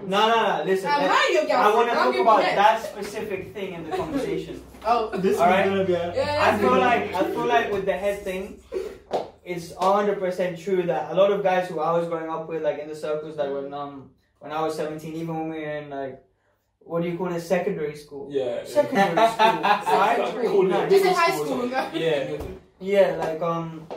No, no, no. Listen. Am let's- I your girlfriend? I want to I'm talk your about head. that specific thing in the conversation. Oh, This All is right. gonna be. a- yeah. I feel like I feel like with the head thing, it's hundred percent true that a lot of guys who I was growing up with, like in the circles that when um when I was seventeen, even when we were in like what do you call it, secondary school. Yeah. Secondary school, right? Like, cool, No, Just in middle high or school, something. no? Yeah. Yeah, like um,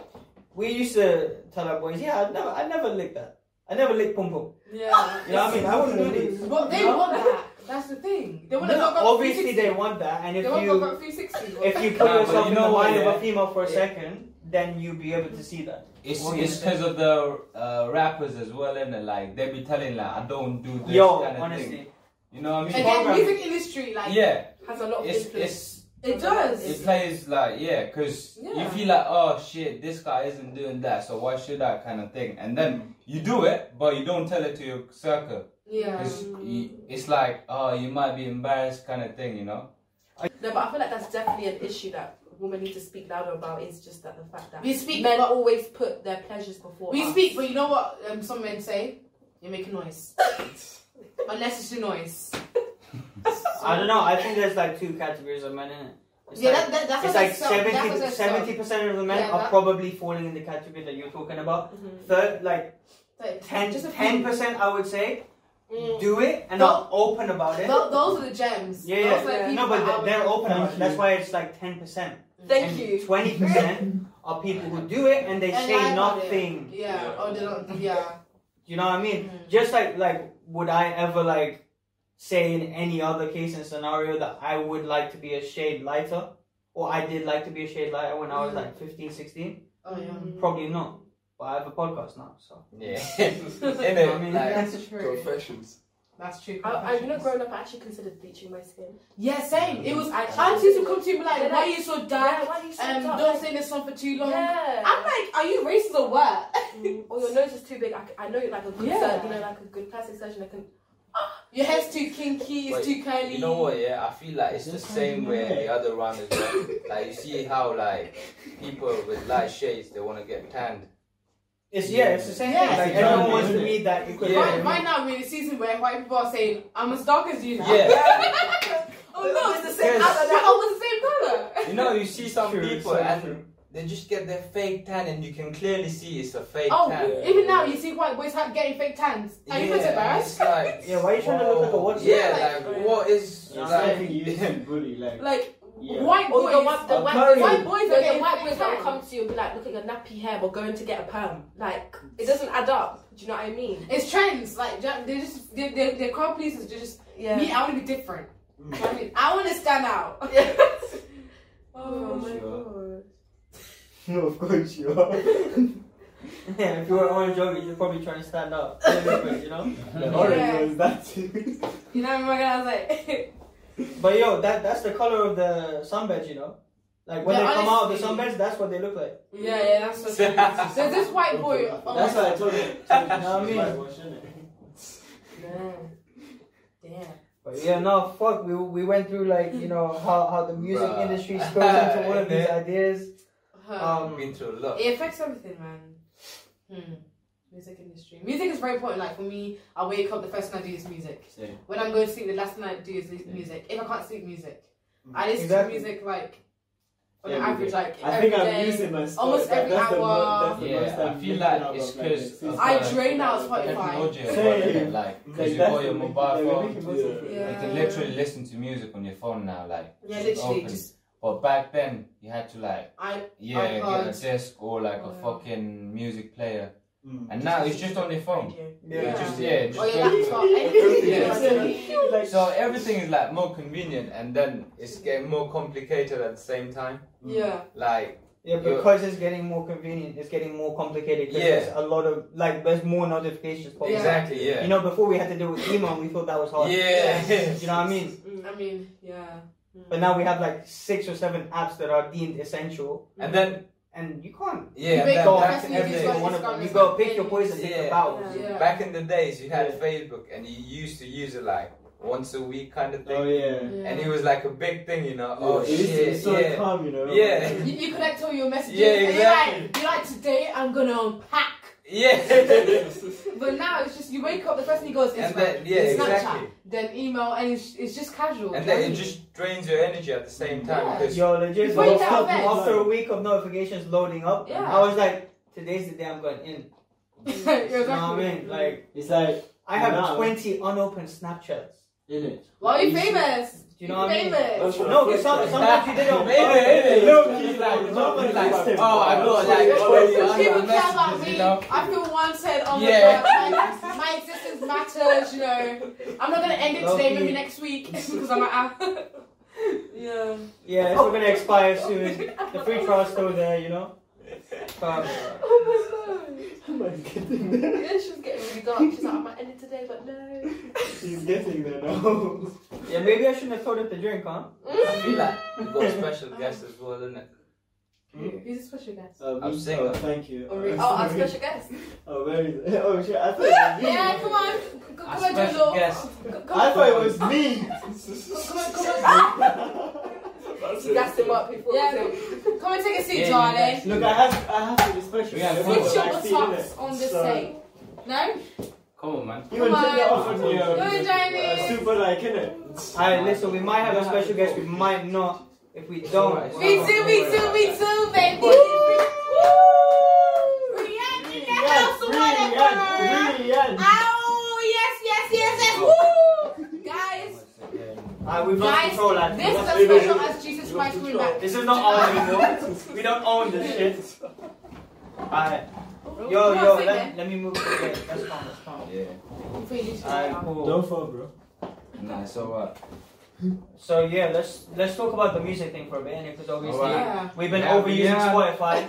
we used to tell our boys, yeah, I never, I never licked that. I never licked pum pum. Yeah. You know what I mean? I wouldn't have licked. But they want that. That's the thing. They want to No, go go obviously, 360. they want that, and if they want to you go go 360. if you Nah, put but yourself you in the know what, mind of yeah. a female for a Yeah. second, then you'll be able to see that. It's What it's is it? because of the uh, rappers as well, and like they be telling like I don't do this Yo, kind of thing. honestly, You know what I mean? Again, music industry, like, yeah, Has a lot of it's influence. it's it does. it plays like yeah, because you Yeah. feel like oh shit, this guy isn't doing that, so why should I kind of thing, and then you do it, but you don't tell it to your circle. yeah. 'Cause you- it's like oh you might be embarrassed kind of thing, you know? No, but I feel like that's definitely an issue that women need to speak louder about. Is just that the fact that We speak, men but always put their pleasures before. we us. speak, but you know what um, some men say? You make a <laughs> noise. Unless it's your noise. I don't know. I think there's like two categories of men in it. It's yeah, like, that, that, that's it's what like they sell. That's what they 70 sell. 70 percent of the men Yeah, are that- probably falling in the category that you're talking about. Mhm. Third, like Like, 10 just a few- percent, I would say, Mm. do it and No. are open about it. Tho- those are the gems. Yeah, yeah. Those are the Yeah. people No, but that they- they're are- open about it. Thank That's you. why it's like ten percent. Thank you. Twenty percent are people who do it and they And lie say about it. nothing. Yeah. Oh, they don't. Yeah. You know what I mean? Mhm. Just like like would I ever like say in any other case and scenario that I would like to be a shade lighter? Or I did like to be a shade lighter when I was Mhm. like 15, 16? Oh, yeah. Probably not. But I have a podcast now, so. <laughs> Yeah. You know what I mean? Like, That's true. Confessions. That's true. I, I, you know, growing up, I actually considered bleaching my skin. Yeah, same. It was. Actually- Aunties would come to me and be like, They're "Why are like, you so Yeah, dark? why are you so Um, dark? don't stay in this one for too long." Yeah. I'm like, "Are you racist or what?" <laughs> Mm, or your nose is too big. I, c- I know you're like a good, Yeah. sur- you know, like a good plastic surgeon. I can. Your hair's too kinky. It's But too curly. You know what? Yeah, I feel like it's the That's how same you way know it. the other round as well. like you see how like people with light shades they want to get tanned. it's, yeah, it's the same Yeah, thing. Like, it's everyone exactly, wants to isn't it? meet that Right, equilibrium. right now, we're in a season where white people are saying, "I'm as dark as you now." <laughs> Oh no, it's the same. Yes. color. They're always the same color. You know, you see some True, people so and true. they just get their fake tan, and you can clearly see it's a fake Oh, tan. Yeah. Even now, you see white boys ha- getting fake tans. Are you Yeah, not embarrassed? It's like, Yeah, why you trying to look like a whoa. watch? Yeah, like Like- what is It's like? like <laughs> you used to bully, like Like Yeah. white Or boys. Oh, the white, the I'll white, carry the you. white, white boys the, are getting white boys that will tan. come to you and be like, look at your nappy hair, we're going to get a perm. Like, it doesn't add up. Do you know what I mean? It's trends. Like ju- they just they they they're crowd pleasers. They're just <laughs> me. I want to be different. I mean, I want to stand out. <laughs> Oh my Sure. god. <laughs> <laughs> no, of course you are. Yeah, if you were orange joggers, you're probably trying to stand <laughs> out a little bit, you know. the orange was that too. You know what I mean? I was like, <laughs> But yo, that that's the color of the sunbeds, you know. Like when Yeah, they come out of the honestly. sunbeds, that's what they look like. yeah, yeah, that's what. There's this white boy. Oh That's my why I told you. I mean? Yeah. Damn. But yeah, no, fuck. We we went through like you know how how the music Bruh. industry spills into all <laughs> of these Yeah. ideas. Um, God. I've been through a lot. It affects everything, man. Hmm. Music industry. Music is very important. Like for me, I wake up the first thing I do is music. Same. When I'm going to sleep, the last thing I do is music. If I can't sleep, music. I listen Exactly. to music like on Every an average, day. like I every think I'm day. using my story. Almost That- every that's The hour. mo- that's the Yeah, most I I've feel used like out it's of, like, 'cause since of, I uh, drain out Spotify. Technology, as well, Same. innit? like because Like, you that's got your the- mobile like, we're phone, making most of Yeah. it. Yeah. you can literally listen to music on your phone now. Like, Yeah, it's literally, open. just But back then, you had to like, I yeah, get a iPods. desk or like a Yeah. fucking music player. Mm. And now it's just on your phone. Yeah. You just yeah, just oh go- yeah, laptop. Anything. Yeah. Yeah. Like, So everything is like more convenient, and then it's getting more complicated at the same time. yeah. Like, <laughs> Yeah, Yeah. because it's getting more convenient. It's getting more complicated. 'cause Yeah. there's a lot of like there's more notifications. Popping. up. exactly, yeah. You know, before we had to deal with email, and we thought that was Oh, hard. yeah. <laughs> You know what I mean? I mean, yeah. But now we have like six or seven apps that are deemed essential, and then, and you can't yeah, and You make then your back, best in every music, the- single got one of Instagram, them. You it's gotta got pick your poison, Facebook. pick your Yeah. battles. Yeah. back in the days, you had Yeah. Facebook and you used to use it like once a week kind of thing. oh yeah. Yeah. And it was like a big thing, you know. Oh, it used to be shit, so yeah. calm, you know. Yeah. You, you collect all your messages. Yeah, And you're like, you're like, today I'm gonna unpack. <laughs> Yeah. But now it's just you wake up, the first thing you go is Instagram, And then- yeah, then Snapchat, exactly. then email, and it's, it's just and casual. do then you know what it I mean? just drains your energy at the same time Yeah. because Yo, legit. Before you bro, get out of after, bed. after a week of notifications loading up, Yeah. I was like, today's the day I'm going in. You know what I <laughs> exactly. mean? Like, It's like I have No. 20 unopened Snapchats. in it. Why are you <laughs> famous? Do you know what I mean? famous. That's what No, I because some, oh, feel sometimes you did it on Baby, purpose. baby, low key, like, nobody Like, likes him. oh, I got like People People 20 care about messages, me. you know? I feel wanted on Yeah. the web. My, my existence matters, you know. I'm not gonna end it today, maybe Low-key. next week <laughs> because I'm at. yeah. Yeah, it's all gonna expire soon. The free trial's still there, you know? But, Oh my god. Am I getting there? Yeah, she was getting really dark. She's like, I might end it today, but no. She's getting there now. yeah, maybe I shouldn't have told him to drink, huh? I feel like we've got special guests as well, isn't it? Who's a special guest? Uh, I'm me- single. Oh, thank you. Oh, really? I'm oh, our sorry. special guest. Oh, where is it? <laughs> Oh, shit. I thought <laughs> it was me. Yeah, come on. C- Come Our on, special Jolo. guest. C- Come I on, thought it was me. come on, come on. That's She gassed him up before. Yeah. so- Come and take a seat, Yeah, you darling. guys- Look, I have, I have to be special. We have Everyone Switch Put your likes me, innit? buttocks on this So- thing. No? Come on, man. You will Come take that on. off on your Go, uh, Jamie. super like, innit? Alright, listen, we might have a special guest, we might not. If we don't, Me too, me too, me too, baby. Oh, Woo! React in the house, whatever. Rian, Rian, Rian. Oh, yes, yes, yes, yes. Woo! Guys. Alright, we've lost Guys, control, lads. this We've is lost as control. special as Jesus Christ coming back. This is not <laughs> ours anymore. we don't own this shit. Alright. Yo, Come on, yo, sing let, let me move to the That's fine, that's fine. Yeah. it. Before you leave today. Alright, cool. Don't fall, bro. Nah, it's alright. So yeah, let's let's talk about the music thing for a bit, innit? Because obviously Alright. Yeah. we've been Yeah, overusing yeah. Spotify.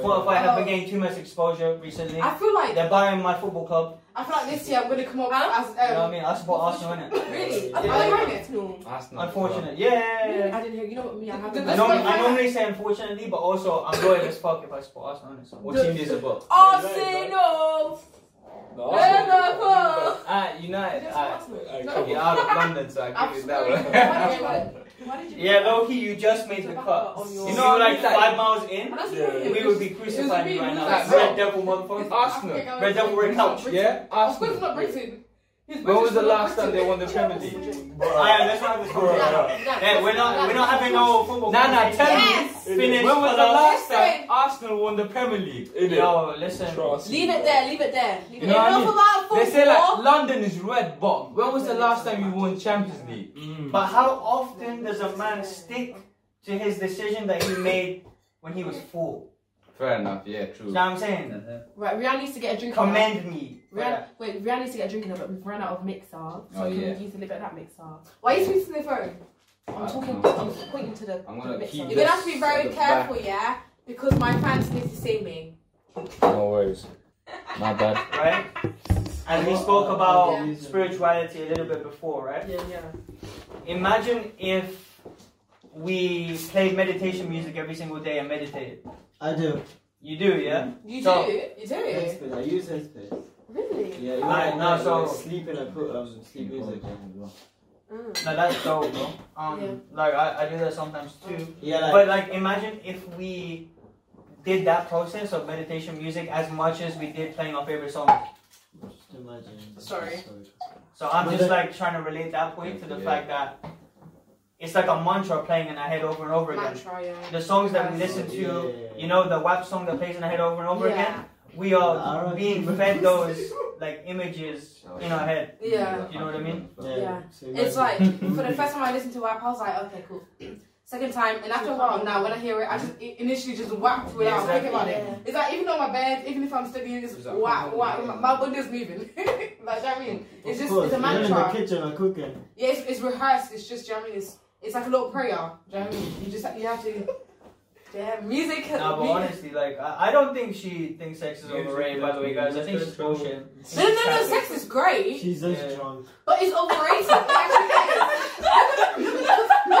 Spotify have been getting too much exposure recently. Oh. I feel like They're buying my football club. I feel like this year I'm gonna come up as um, You know what I mean? I support Arsenal, innit? really. I I thought Yeah. you like were it. it. No. That's not Unfortunate. Yeah. I didn't hear. You know what me? I The- haven't. the I, That's norm- my I favorite. normally say unfortunately, but also I'm loyal as fuck if I support Arsenal. innit? So What team is it about? Arsenal, No, Liverpool. Ah, United. Ah, you're come out of London, so I give you that one. Why did you? yeah, Loki, you just made the cut. On You your- know, You like like- five miles in, And that's Yeah. brilliant. we would be It was crucified really right now. nice. Like, Red Devil, <laughs> motherfucker. Arsenal. Red Devil, red couch. Yeah, Of course, it's Arsenal. not Britain. He's When was British, the he's not last time they Britain. won the Premier League? Alright, let's not have this Yeah, conversation. yeah. Hey, we're not we're not having no football. Nah, nah, tell me. Yes. Finish. When was the last time Listen. Arsenal won the Premier League? Innit? Yo, listen. Trust. Leave it there. Leave it there. Leave You it know what I there. mean? Enough about football. They say like London is red bomb. When was the last time you won Champions League? Mm. But how often does a man stick to his decision that he made when he was four? Fair enough. Yeah, You know true. what I'm saying? right, Rihanna needs to get a drink. on that. Commend me. for Rihanna, that. wait, Rihanna needs to get a drink in her, but we've run out of mixer. So Oh, can yeah. we use a little bit of that mixer? Why are you speaking to the phone? I'm talking. I'm pointing to the. I'm to the gonna mixer. keep You're gonna have to this be at very the back. careful, yeah, because my fans need to see me. No worries. My bad. Right? And we spoke about spirituality a little bit before, right? Yeah, yeah. Imagine if we played meditation music every single day and meditated. I do. You do, yeah? You So- do. You do. Headspace. I use headspace. Really. Yeah, Alright, right now, now, so so- sleeping, I put um, sleep music. Mm. No, that's dope, bro. Um, Like, I, I do that sometimes too. Yeah, like, But like, imagine if we did that process of meditation music as much as we did playing our favorite song. just imagine. Sorry. So I'm But just then- like trying to relate that point to the Yeah. fact that it's like a mantra playing in our head over and over again. Mantra, yeah. The songs that we Yeah. listen Yeah, yeah, to, yeah. you know, the WAP song that plays in our head over and over yeah. again. We Yeah, I are don't being remember. fed those like images Oh, in our head. Yeah. You know what I mean? Yeah. Yeah. so It's imagine. <laughs> like for the first time I listened to WAP, I was like, okay, cool. <clears throat> Second time, and after a while now, when I hear it, I just i- initially just whacked without Yeah, thinking about it. exactly. It's like even on my bed, even if I'm studying, it's Exactly. whack, whack. My, my body's moving. <laughs> like, do you know what I mean? It's Of just course, it's a even in the mantra. kitchen, I'm cooking. Yeah, it's, it's rehearsed. It's just, do you know what I mean? It's it's like a little prayer. Do you know what I mean? You just you have to. <laughs> Yeah, music. No, but music. honestly, like I, I don't think she thinks sex is Music, overrated. By the way, guys, I think she's bullshit. No, no, no, sex is great, She's just Yeah. drunk. but it's overrated. It actually is. No,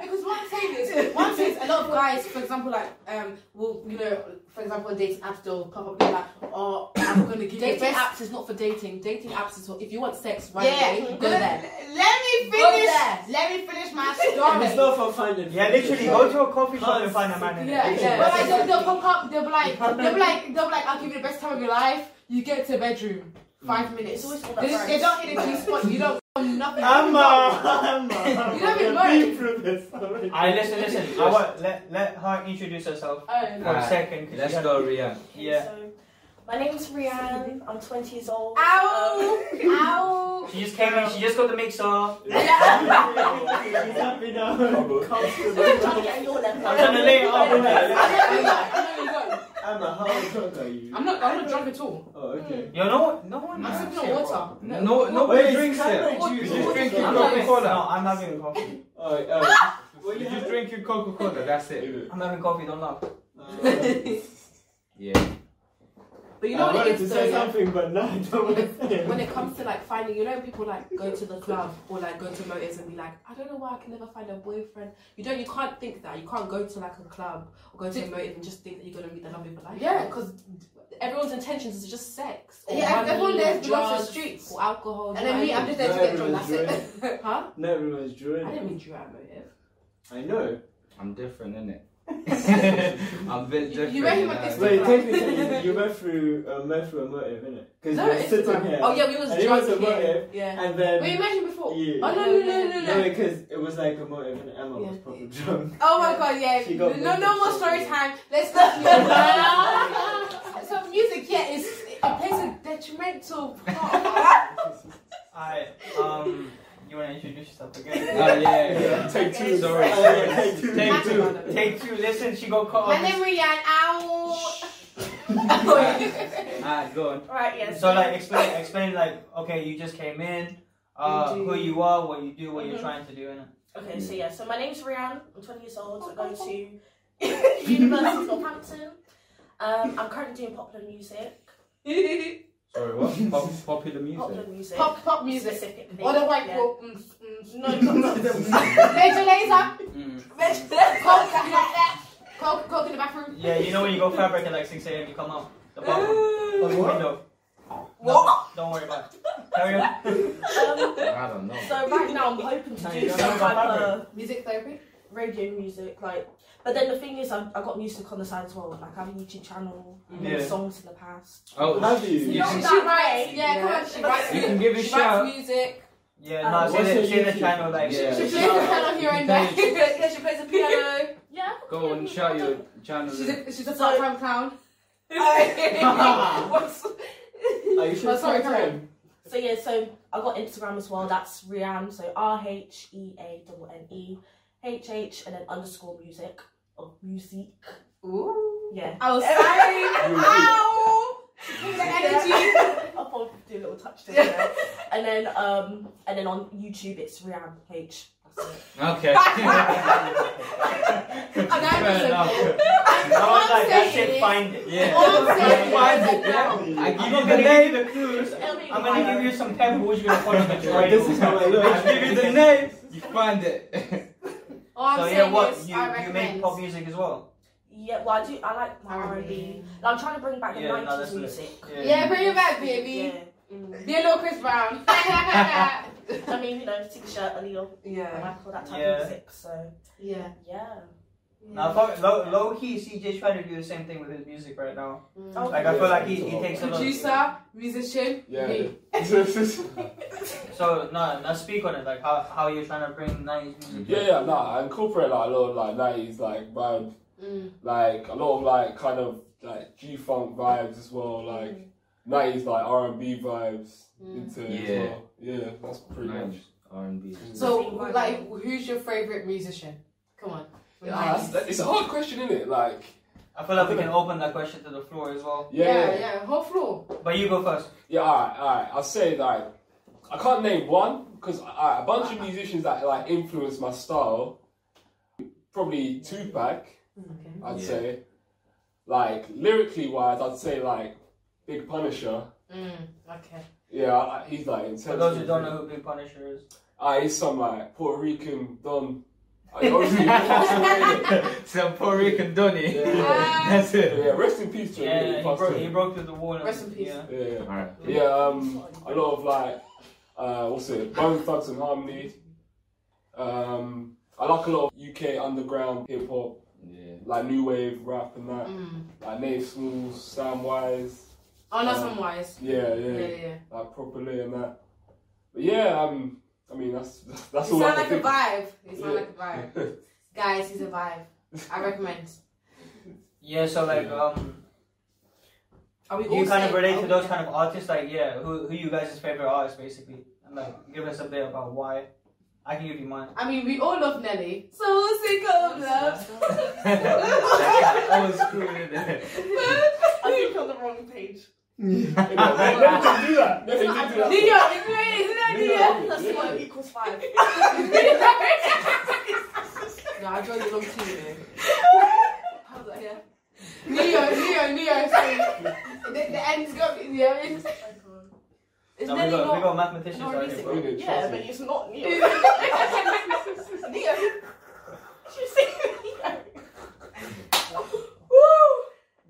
because, because what I'm saying is, what I'm saying is, a lot of guys, for example, like, um, will, you know, for example, dating apps, they'll pop up they're like, oh, I'm going to give you the Dating best. apps is not for dating. Dating apps is for if you want sex right Yeah. away, Go go there. Let me Go there. Let me finish my And it's not for finding. Yeah, literally, <laughs> go to a coffee shop and find a man in it. Yeah, Literally, yeah. But that's like, it. they'll, they'll pop up, they'll be like, they'll be like, they'll be like, I'll give you the best time of your life. You get to bedroom, five It's minutes. always all They, about they price. don't hit a G spot. You don't nothing. Emma, You don't Emma, even know Emma, it. be through this already. <laughs> I listen, listen. I want let let her introduce herself Oh, for a Alright, second. 'cause she Let's had- go, Rian. Yeah. My name's Rianne. I'm 20 years old. Ow! Um, Ow! She just came in, she just got the mixer. I'm He's happy now. Trouble. I'm trying to get on your level. trying to lay it up with her. Emma, how drunk are you? I'm not. I'm not drunk at all. Oh, okay. Yo, no, no one. I'm sipping on water. No, nobody Wait, drinks cranberry it. juice. You're just drinking I'm Coca having coffee. Cola. No, I'm having coffee. Oh, <laughs> oh. What You're you just having? drinking Coca Cola. That's it. Yeah. I'm having coffee. Don't laugh. Uh, Yeah. <laughs> But <laughs> you know I what wanted it to is though. say yeah? something, but no, I don't want to say it. When it comes to like finding, you know, when people like go to the club or like go to motives and be like, I don't know why I can never find a boyfriend. You don't, you can't think that. You can't go to like a club or go to a motive and just think that you're gonna meet the love of your life. Yeah, because Everyone's intentions is just sex. Or yeah, money, everyone there's belongs to drugs, the streets. or alcohol. And then me, I'm driving. just there to get drunk. That's Driving <laughs> it. huh? No, everyone's drunk. I didn't mean you at motive. I know. I'm different, innit? I'm a bit You- you different. reckon know? what this Wait, Right. <laughs> technically, you went through, uh, went through a motive, innit? Because No, you were it's sitting fine. here. Oh yeah, we was And it drunk was a here. motive. Yeah. And then. Were you mentioned before? Yeah. Oh no no no no No, no. because it was like a motive, and Emma was Yeah. probably drunk. Oh my god, yeah. She got No, no mentioned. more story time. Let's <laughs> not. so music, yeah, is it plays a detrimental part of our life. Alright, um, you wanna introduce yourself <laughs> again? Oh, yeah, yeah. Take two. Sorry. <laughs> Oh, yeah, sorry. <laughs> thank you. Take two. Take two. Listen, she got caught. My name Rianne. Ow. Alright, go on. Alright, yes. So like, explain, explain like, okay, you just came in. Uh, You do- who you are, what you do, what you're Mhm. trying to do, and Okay, so yeah, so my name's Rianne. I'm 20 years old. I Oh, go to <laughs> University of Northampton. Um, I'm currently doing popular music. Sorry, what? Pop- popular Popular music. music. pop pop music. Specifically. Or the white yeah. <laughs> people. Mm, <laughs> mm. No, no, no, no. Major laser. Mm. Um, Major coke like that. Coke, coke in the bathroom. yeah, you know when you go fabric at like 6 a.m. You come out the bathroom, close the What? window. What? No, don't worry about it. Carry on. Um, I don't know. so right now I'm hoping to No, do you don't some know type about of Music therapy. radio music, like. But then the thing is, I've, I've got music on the side as well. Like I have a YouTube channel, I've made Yeah. songs in the past. Oh, Have you? You Not can- that right. Yeah, Yeah. come on. She writes. you can give a she shout. writes music. Yeah, Um, no, say what's the, your say the YouTube? channel like. Yeah. She plays the <laughs> piano here and there. <laughs> yeah, she plays the piano. Yeah. Go and shout your channel. She's a she's a So- part-time clown. <laughs> What's- Are you sure? Oh, sorry, part carry time? So yeah, so I got Instagram as well. That's Rianne. So R H E A double N E H H and then underscore music or music. Ooh. Yeah. I was sorry. Ow. <laughs> The energy. I'll probably do a little touch to it. and then um and then on YouTube it's Rianne H. That's it. Okay. And I'm Fair miserable. enough. I was All I'm like, that's saying it, is- find it. <laughs> All I'm saying is- Find it. I I'm give not you the gonna give name. you the clues. Tell me I'm gonna why. give you some pebbles. You're gonna follow <laughs> the trail. This is how I look. I'll give you the name. You find it. All I'm so saying yeah, what is, you, I you recommend. make pop music as well. Yeah, well I do I like my R and B. I'm trying to bring back the Yeah, no, nineties that's lit. music. Yeah, bring it back, baby. Yeah. Be a little Chris Brown. <laughs> I mean, you know, t-shirt, a little, I Yeah. <laughs> like all that type Yeah. of music, so, yeah. yeah. Now, fuck- low, low key, CJ's trying to do the same thing with his music right now. Oh, Like I feel like he, he takes a lot. Producer, musician, Yeah. me. So no, now speak on it. Like how, how you're trying to bring nineties <laughs> music. Yeah, yeah, nah. I incorporate like a lot of like nineties like vibe, Mm. like a lot of like kind of like G funk vibes as Mm. well, like nineties like R and B vibes into it Yeah. as well. Yeah, that's pretty much. Nice. R&B. So, like, who's your favorite musician? Come on. Yeah, that's, that, it's a hard question, isn't it? Like, I feel like we can open that question to the floor as well. yeah, yeah, yeah, yeah. Whole floor. But you go first. Yeah, all right, all right. I'll say like I can't name one because a bunch of musicians that like influenced my style. Probably Tupac, I'd Yeah. say. Like lyrically wise, I'd say like Big Punisher. Mm, okay. Yeah, I, he's like intense. For those who don't know who Big Punisher is. Ah, he's some like Puerto Rican don. I obviously, <laughs> yeah, So Puerto Rican Donny. Yeah. That's it. yeah, rest in peace to him. Yeah, he he passed broke, away. he broke through the wall. and- Rest in peace. Yeah. Yeah, yeah. Alright. Yeah, um, a lot of like, uh, what's it, Bone Thugs and Harmony. Um, I like a lot of UK underground hip hop, Yeah. like new wave rap and that, Mm. like Nate Smalls, Sam Wise. Oh, no, Um, some wise. Yeah, Yeah, yeah, yeah. yeah. like properly and that. But yeah, um, I mean that's <laughs> that's You all I can sound like a think. vibe. You sound Yeah. like a vibe. Guys, he's a <laughs> vibe. I recommend. Yeah. So like um, Are we Do all you kind saying- of relate are to we- those kind of artists? Like, yeah, who who you guys' favorite artists basically? And like, give us a bit about why. I can give you mine. I mean, we all love Nelly. So sick of <laughs> love. Old school, innit? I think you're on the wrong page. Let me just do that. Let me not just do that. New York, it's great, isn't that New New York. York? That's one equals five. No, I joined the wrong team. here. <laughs> How's that? <laughs> Yeah. New York, New York, New York. sorry. the, the end's got me. Yeah, it's, Is No, Nelly we got we <laughs> not? got mathematicians not out here, releasing bro. Okay, <laughs> Yeah, trust but me. it's not Neo. <laughs> Neo. She's saying Neo.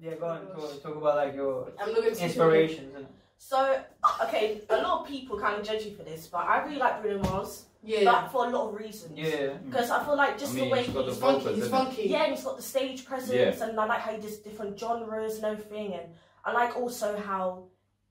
Yeah, go on. Go on, talk about like your I'm looking to inspirations. And... So, okay, a lot of people kind of judge you for this, but I really like Bruno Mars, Yeah. but for a lot of reasons. Yeah. Because I feel like just I mean, the way he's got the he's He's funky. He's Vocals, funky. yeah, and he's got the stage presence, and I like how he does different genres and everything. And I like also how,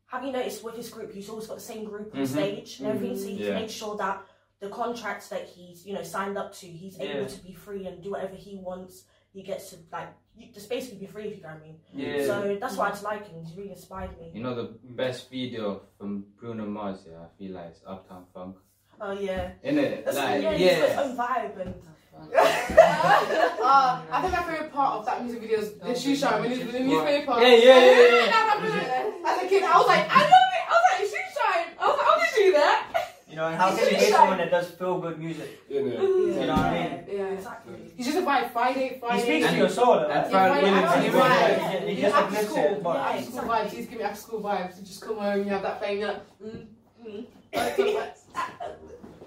have you noticed with his group, he's always got the same group on Mhm. stage and everything, so he can Yeah. make sure that the contracts that he's you know signed up to, he's Yeah. able to be free and do whatever he wants. He gets to like you- just basically be free, if you know what I mean. Yeah. So that's why I just like him. He's really inspired me. You know the best video from Bruno Mars, yeah, I feel like it's Uptown Funk. Oh yeah, Innit? that's Like, yeah, he's got his own vibe and. uh, I think my favorite part of that music video is Oh, the shoe shine when he's with the newspaper. Yeah, <laughs> yeah, yeah, yeah, yeah. As a kid, I was like, I love it. I was like, shoe shine. I was like, I'm gonna do that. You know, and how can you get someone that does feel good music? Yeah, yeah. You know what I mean? Yeah. Exactly. He's just a vibe. Friday, He Friday. speaks to your soul. And Like, Pharrell Yeah, why- Williams I is great. don't know Yeah, he He's just after uplifts school. it, but- yeah, after school vibes. He's giving me after school vibes. You just come home, you have that thing, you're like, mm, mm. <laughs> That's the vibe.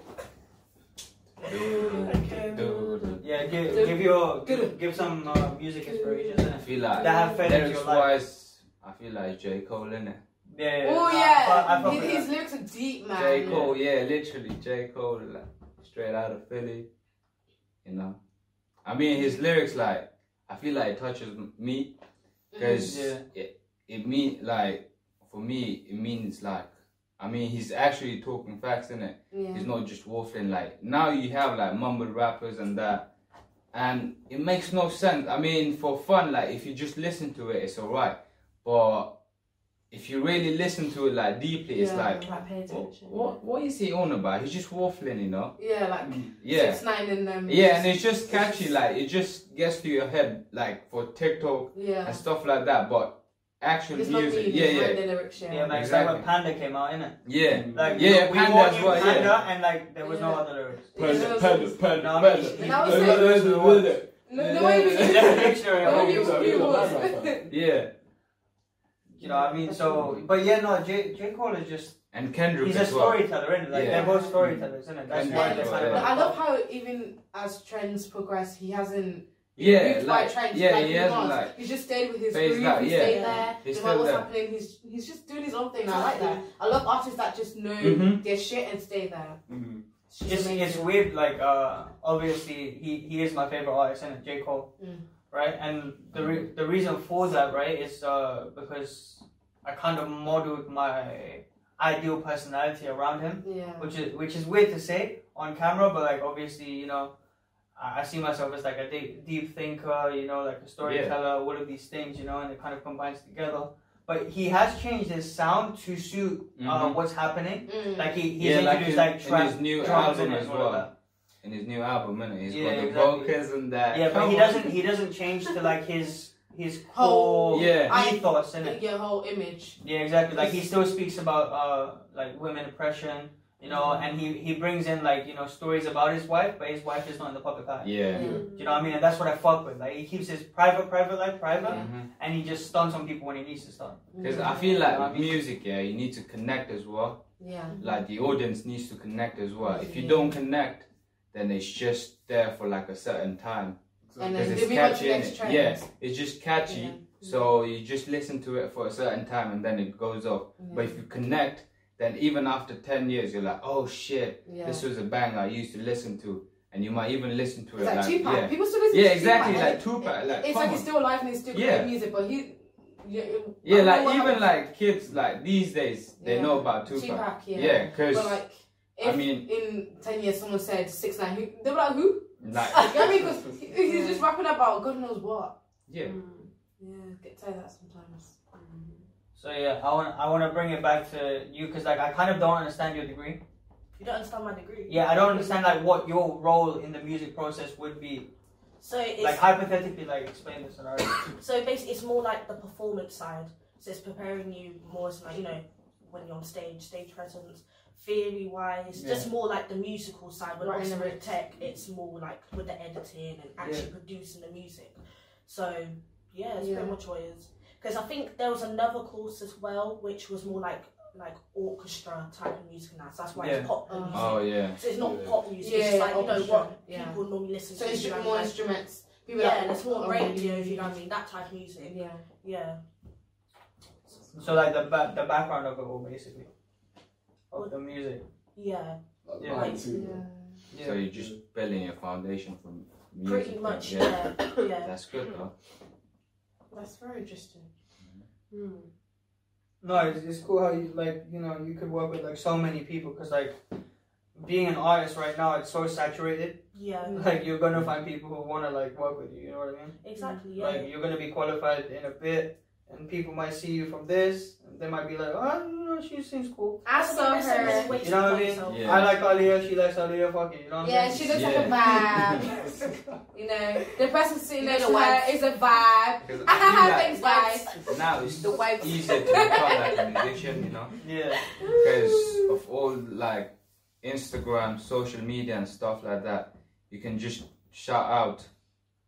yeah, give give your give, give some uh, music inspirations. I innit? feel That like have fed into lyrics your life. wise, I feel like J Cole innit? Yeah. Oh I, I, yeah, fuck He- with his that. lyrics are deep, man. J Cole, yeah, literally J Cole, like straight out of Philly. You know, I mean his lyrics, like I feel like it touches me Mm. because Yeah. it it mean like for me it means like I mean he's actually talking facts in it. Yeah. He's not just waffling. Like now you have like mumble rappers and that, and it makes no sense. I mean, for fun, like if you just listen to it, it's alright. But if you really listen to it like deeply, it's Yeah. like Like, pay what, attention. what what is he on about? He's just waffling, you know? Yeah, like Mm, Yeah. six nine in them. Yeah, and it's just catchy, like it just gets to your head, like for TikTok yeah. and stuff like that. But actual It's not music, me. yeah, yeah, The lyrics, yeah. Yeah, like it's like when Exactly. Panda came out, innit? yeah, Like Yeah, we Panda bought as you well, yeah. Panda, and like there was no Yeah. other lyrics. Panda, panda, panda, No, I panda. mean, And I was Panda, saying- panda, panda. No, no way. <laughs> It's we- <laughs> just a dictionary. <laughs> No, of we- it. we was. yeah. You know what I mean? So, but yeah, no, J, J. Cole is just, And Kendrick he's a as well. storyteller, innit? Like, Yeah. they're both storytellers, innit? That's And- why they're kind of But like, I love how even as trends progress, he hasn't Yeah, moved by like trends. yeah, like he he has was. like he's just stayed with his But he's groove. not- he yeah. stayed Yeah. there. He's no still matter what's there. happening, he's he's just doing his own thing. I like that. I love artists that just know Mhm. their shit and stay there. Mm-hmm. Mhm. just it's, it's amazing. weird, like, uh, obviously, he, he is my favorite artist, innit? J. Cole, Mm. right? And the, re- the reason for that, right, is uh, because I kind of modeled my ideal personality around him. Yeah. which is which is weird to say on camera, but like obviously, you know, I, I see myself as like a deep, deep thinker, you know, like a storyteller, all of these things, you know, and it kind of combines together. But he has changed his sound to suit uh, Mhm. what's happening. Mm. Like he, Yeah, he's like introduced in- like, in trap his new drums album and as all of well. that. in his new album, innit? He's Yeah, got the exactly. vocals and that. Yeah, but Come he on. doesn't he doesn't change to like his his Whole- core Yeah. ethos in it. your whole image. Yeah, exactly. Like he still speaks about uh like women oppression, you know, and he he brings in like you know stories about his wife, but his wife is not in the public eye. Yeah. Do you know what I mean? And that's what I fuck with. Like he keeps his private, private life private, Mhm. and he just stunts on people when he needs to stunt. Because I feel like Yeah, I with mean- music, yeah, you need to connect as well. Yeah. Like the audience needs to connect as well. If you don't connect, then it's just there for like a certain time. Because And then it's moving on to catchy. the next It? trend. Yeah, it's just catchy. Yeah. So you just listen to it for a certain time and then it goes off. But if you connect, then even after 10 years, you're like, oh shit, Yeah. this was a banger I used to listen to. And you might even listen to it It's like, like, Tupac. yeah. People still listen Yeah, to exactly, Tupac. like and it- Tupac, like, it's come like he's on. still alive and he's still Yeah. good music, but he. Yeah, Yeah, I don't know like what even happened. like kids, like these days, they Yeah. know about Tupac. Tupac, yeah. Yeah, because But like, I if mean- in ten years someone said six nine, who they were like who? like, <laughs> you know what I mean? 'Cause he- he's just Mm. rapping about God knows what. yeah. Yeah, get tired of that sometimes. So yeah, I want I want to bring it back to you because like I kind of don't understand your degree. You don't understand my degree. Yeah, I don't understand like what your role in the music process would be. So it's Like hypothetically, like explain the scenario. so basically it's more like the performance side. So it's preparing you more as like you know when you're on stage, stage presence, theory wise, just more like the musical side. We're Writing not the with tech. It's more like with the editing and actually producing the music. So yeah, it's Yeah. pretty much what it is. Because I think there was another course as well, which was more like like orchestra type of music and that. So that's why Yeah. it's pop music. Oh yeah. So it's not Yeah. pop music. it's Yeah, just like you know what orchestra, yeah. people normally listen So to. it's you know, more like- instruments. People yeah, that- and it's more oh, radio. If you know what I mean, that type of music. Yeah. Yeah. so like the ba- the background of it all basically, of the music. Yeah, Like, Yeah. mine too. So you're just building your foundation from music. pretty then, much. <laughs> Yeah, yeah. That's good though. That's very interesting. Hmm. No, it's, it's cool how you like you know you could work with like so many people because like being an artist right now it's so saturated. <laughs> yeah, Like you're gonna find people who wanna like work with you. You know what I mean? Exactly. Yeah. Like you're gonna be qualified in a bit, and people might see you from this. And they might be like, oh, you know, she seems cool. I saw It's a- it's her. a waste You know of what I mean? myself. Yeah. I like Aliyah. She likes Aliyah. Fuck it. You know what Yeah, I'm she saying? looks like <laughs> a vibe. You know, the person sitting You next know to the her vibes. is a vibe. Because <laughs> I feel like Thanks, guys. Now it's The wife. easier to become like an addiction, you know, Yeah. because of all like Instagram, social media, and stuff like that. You can just shout out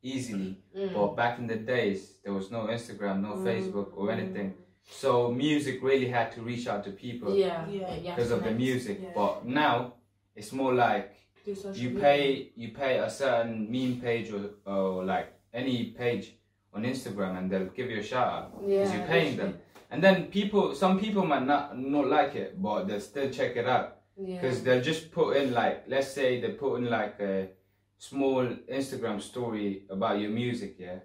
easily. Mm. Mm. But back in the days, there was no Instagram, no Facebook, or anything. So music really had to reach out to people Mm. Yeah. Yeah. Yeah. because of the music. yeah. But now it's more like Do social you media. pay you pay a certain meme page or, or like any page on Instagram and they'll give you a shout out because you're paying them. And then people, some people might not not like it, but they'll still check it out because they'll just put in like, let's say they put in like a small Instagram story about your music, yeah,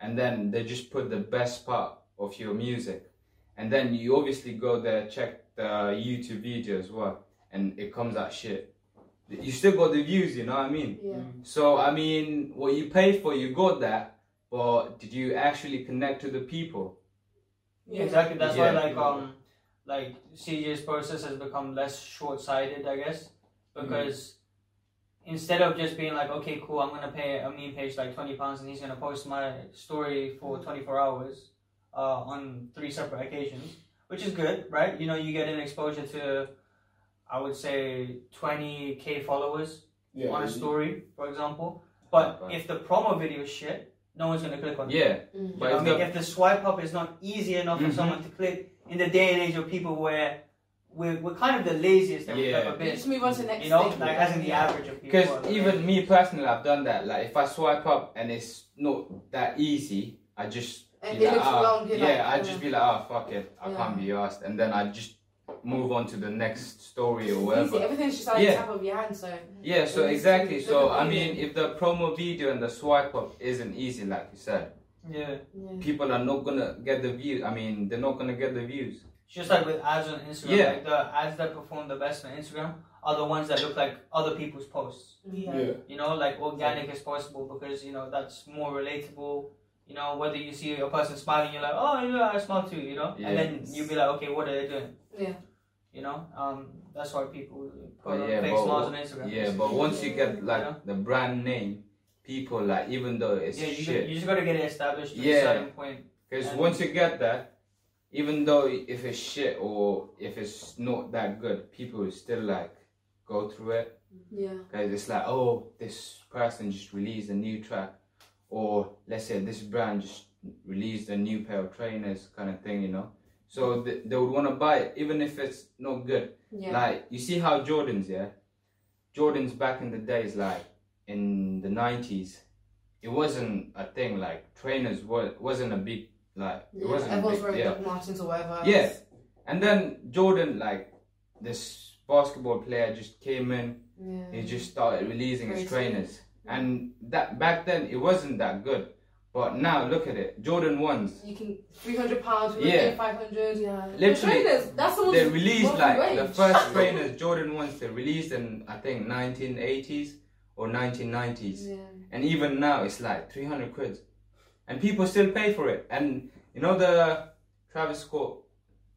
and then they just put the best part of your music, and then you obviously go there check the YouTube video as well, and it comes out shit. You still got the views, you know what I mean? Yeah. So I mean, what you paid for, you got that, but did you actually connect to the people? Exactly. That's Yeah. why like um like CJ's process has become less short sighted, I guess, Mm-hmm. because instead of just being like, okay, cool, I'm gonna pay a meme page like twenty pounds and he's gonna post my story for twenty four hours uh, on three separate occasions, which is good, right? You know, you get an exposure to. I would say 20k followers <laughs> Yeah, on a you- story, for example. But Right. if the promo video is shit, no one's gonna click on it. Yeah, You but know if what I the mean, if the swipe up is not easy enough for Mhm. someone to click in the day and age of people where we're, we're kind of the laziest that we've Yeah. ever You been. just move on to the next You know, thing. like as in the average of people. Because even me personally, I've done that. Like if I swipe up and it's not that easy, I just And be it like, looks "Ah," long, you're yeah, like, I "Oh." just be like, ah, fuck it, I Yeah. can't be asked, and then I just move on to the next story or Easy. whatever. Everything's just like Yeah. the tap of your hand, so Yeah, so It's exactly. easy. So Look at I me. mean, if the promo video and the swipe up isn't easy, like you said, yeah, people are not gonna get the views. I mean, they're not gonna get the views. it's just like with ads on Instagram, Yeah. like the ads that perform the best on Instagram are the ones that look like other people's posts. Yeah. Yeah. You know, like organic as possible because you know that's more relatable. You know, whether you see a person smiling, you're like, oh yeah, I smile too. You know, and then Yes. you'll be like, okay, what are they doing? Yeah. You know, um, that's why people But put yeah, yeah, fake but smiles on what- Instagram. Yeah, but once you get like Yeah. the brand name, people like even though it's yeah, you, shit. Just, you just gotta get it established to Yeah. a certain point. Because And- once you get that, even though if it's shit or if it's not that good, people will still like go through it. yeah. Because it's like, oh, this person just released a new track, or let's say this brand just released a new pair of trainers, kind of thing, you know. So th- they would want to buy it, even if it's not good. Yeah. Like you see how Jordans, yeah, Jordans back in the days, like in the nineties, it wasn't a thing. Like trainers were wasn't a big like it wasn't a Everyone's big- wearing yeah. Doc Martens or whatever. Yeah. And then Jordan, like this basketball player, just came in. Yeah. He just started releasing his Crazy. trainers, and that back then it wasn't that good. But now look at it, Jordan ones. You can three hundred pounds, Yeah. five hundred. Yeah. Literally, trainers, that's someone's they released working like the wage. <laughs> first trainers Jordan ones they released in I think 1980s or 1990s, Yeah. and even now it's like 300 quid, and people still pay for it. And you know the Travis Scott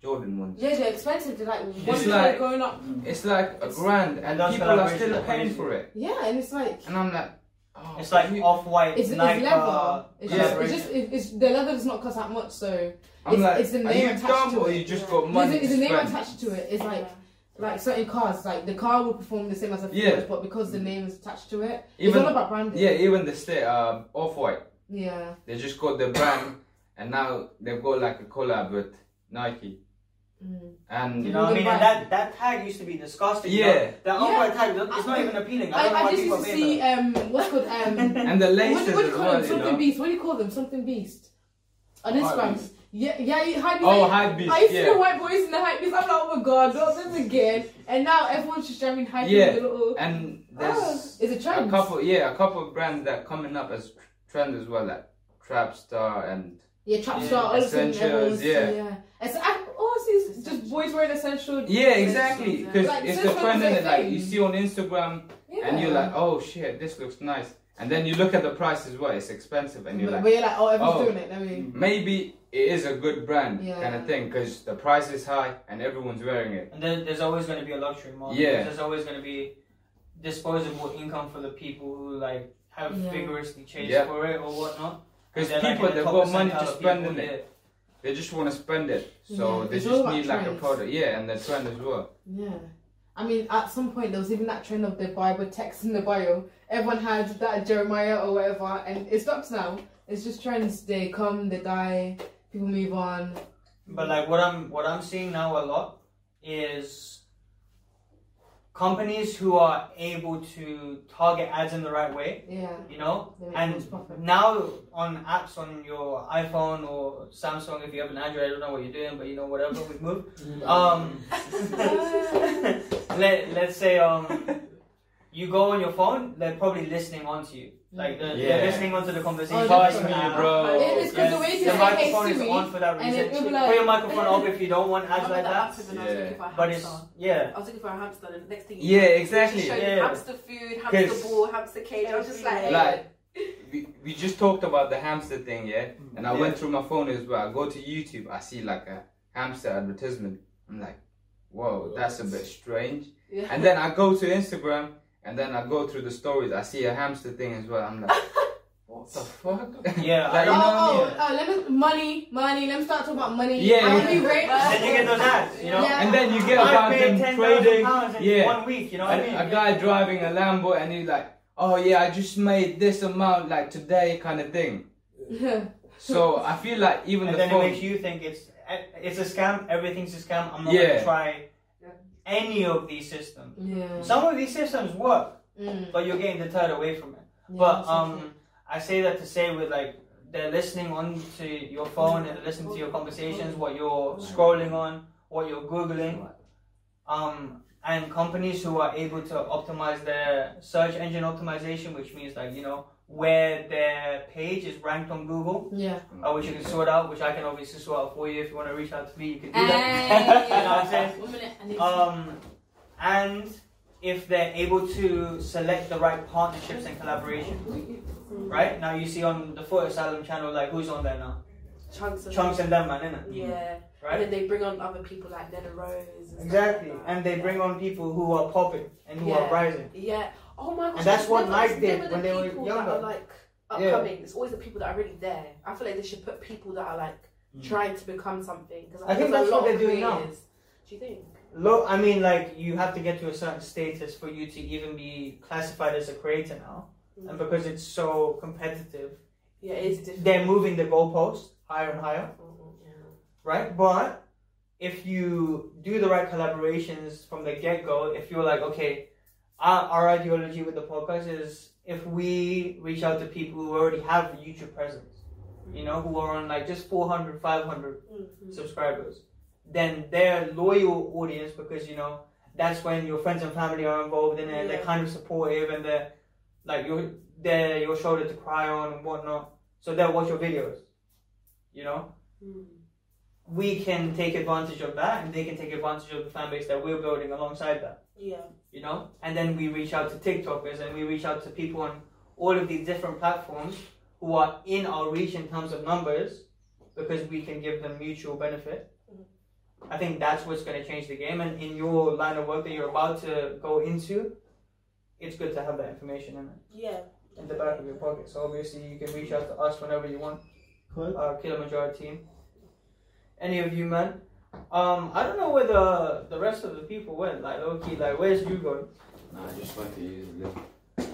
Jordan ones. Yeah, they're expensive. They're like one It's dollar like- going up. It's like a It's- grand, and that's people what I are wish still that paying was- for it. Yeah, and it's like And I'm like, oh, It's like you- off white. it's, it's Nike, uh, leather. It's yeah, just, it's just it, it's the leather does not cost that much. So I'm it's- like, it's the are name you attached dumb to or it. you just got there's money? a, there's a to name spend? attached to it. It's like like certain cars. Like the car will perform the same as a Ford, Yeah. but because the name is attached to it, it's all Even about branding. yeah, even the state uh, off white. Yeah. They just got the brand, and now they've got like a collab with Nike. Mm. You And know what I mean? Right. And that that tag used to be disgusting. you know? yeah, That Yeah. off white tag, look, it's not I- even appealing. I I, don't know I why just people used to pay for see it. um what's called um <laughs> and the what, laces do- what do you as call well. them? You Something know. beast. What do you call them? Something beast. On Instagram. Hypebeast. Yeah, yeah, you hype beast. Oh, hype I used beast. to see the Yeah. white boys in the hype beast. I'm like, oh my god, not this again. And now everyone's just jamming hype beast Yeah. with the little. And Oh, there's it's a a trend. couple, yeah, a couple of brands that are coming up as trend as well, like Trap Star and Yeah, trap Yeah, star, all of a sudden essentials, everyone's. yeah. yeah. It's, I, all I see is just boys wearing essential. yeah, exactly, because Like, it's this the one trend is in it. a Like you thing. see on Instagram, Yeah. and you're like, oh shit, this looks nice, and then you look at the price as well. It's expensive, and you're but, like. but you're like, oh, everyone's oh. doing it. Let me. maybe it is a good brand Yeah. kind of thing because the price is high and everyone's wearing it. And there, there's always going to be a luxury market. Yeah. There's always going to be disposable income for the people who like have Yeah. vigorously chased Yeah. for it or whatnot. Because They're, like, people in the they've top got money percentile to of people, spend on it, they just want to spend it, so Yeah, they it's all just about need like a trends. product, yeah, and the trend as well. Yeah. I mean, at some point there was even that trend of the Bible text in the bio. Everyone had that Jeremiah or whatever, and it stops now. It's just trends. They come, they die, people move on. But like what I'm what I'm seeing now a lot is companies who are able to target ads in the right way. Yeah. You know, They make and most profit. now on apps on your iPhone or Samsung, if you have an Android, I don't know what you're doing, but you know whatever we've moved. <laughs> Um, let let's say um, you go on your phone, they're probably listening onto you. Like they're, they're Yeah. listening onto the conversation. Oh, Pass that's me, right. bro. It is 'cause the way you the say, "Hey, microphone is Siri," on for that and it reason. will be Put like. your microphone off if you don't want ads like that. happened when I was looking for a But it's hamster. yeah. I was looking for a hamster, and the next thing Yeah, know, exactly. she showed me Yeah. hamster food, 'Cause- hamster ball, hamster cage. I was just like, Like we, we just talked about the hamster thing, yeah, Mm. and I went through my phone as well. I go to YouTube, I see like a hamster advertisement. I'm like, whoa, that's a bit strange. yeah. And then I go to Instagram and then I go through the stories. I see a hamster thing as well. I'm <laughs> like, what the fuck? Yeah, like, I you Oh, know don't- oh, what I mean? oh, let me money, money. Let me start talking about money. Yeah, I want to be yeah. rich. <laughs> Then <laughs> you get those ads, you know. Yeah. And then you get I about paid them ten thousand trading. pounds in Yeah. one week. You know what I mean? A, a guy driving a Lambo and he's like, oh yeah, I just made this amount like today kind of thing. So I feel like even and the then it makes phone. you think it's it's a scam. Everything's a scam. I'm not Yeah. gonna try any of these systems. yeah. Some of these systems work, Mm. but you're getting deterred away from it. Yeah, but that's so true. um, I say that to say with like they're listening on to your phone and they're listening to your conversations, what you're scrolling on, what you're googling, um, and companies who are able to optimize their search engine optimization, which means like you know where their page is ranked on Google. yeah. Uh, which you can sort out, which I can obviously sort out for you. If you want to reach out to me, you can do <laughs> that. you know what I'm Hey. saying? One minute, I need Um, and if they're able to select the right partnerships and collaboration, right? Now you see on the Foot Asylum channel, like who's on there now? chunks of Chunks and them, man, innit? Yeah, and Right? then they bring on other people like Nella Rose. and stuff Exactly. like that. And they bring on people who are popping and who are Yeah. rising. Yeah. Oh my gosh. And that's it's what never- Nike it's did never when the they were people younger. That are like Yeah. upcoming. It's always the people that are really there. I feel like they should put people that are like Mm. trying to become something. Because I there's think that's a what lot they're of doing now. creators. Do you think? Low, I mean, like you have to get to a certain status for you to even be classified as a creator now. And because it's so competitive, Yeah, it is different. they're moving the goalpost higher and higher, right? But if you do the right collaborations from the get go, if you're like, okay, our, our ideology with the podcast is if we reach out to people who already have a YouTube presence, you know, who are on like just 400, 500 Mm-hmm. subscribers, then their loyal audience, because you know, that's when your friends and family are involved in it, they're Yeah. kind of supportive and they're like your they're your shoulder to cry on and whatnot. So they'll watch your videos. You know? Mm-hmm. We can take advantage of that and they can take advantage of the fan base that we're building alongside that. Yeah. You know? And then we reach out to TikTokers and we reach out to people on all of these different platforms who are in our reach in terms of numbers because we can give them mutual benefit. I think that's what's going to change the game. And in your line of work that you're about to go into, it's good to have that information in, Yeah. it, in the back of your pocket. So obviously, you can reach out to us whenever you want. Cool. Our Kilimanjaro team. Any of you, man? Um, I don't know where the the rest of the people went. Like, okay, like, where's you going? No, I just want to use the lift.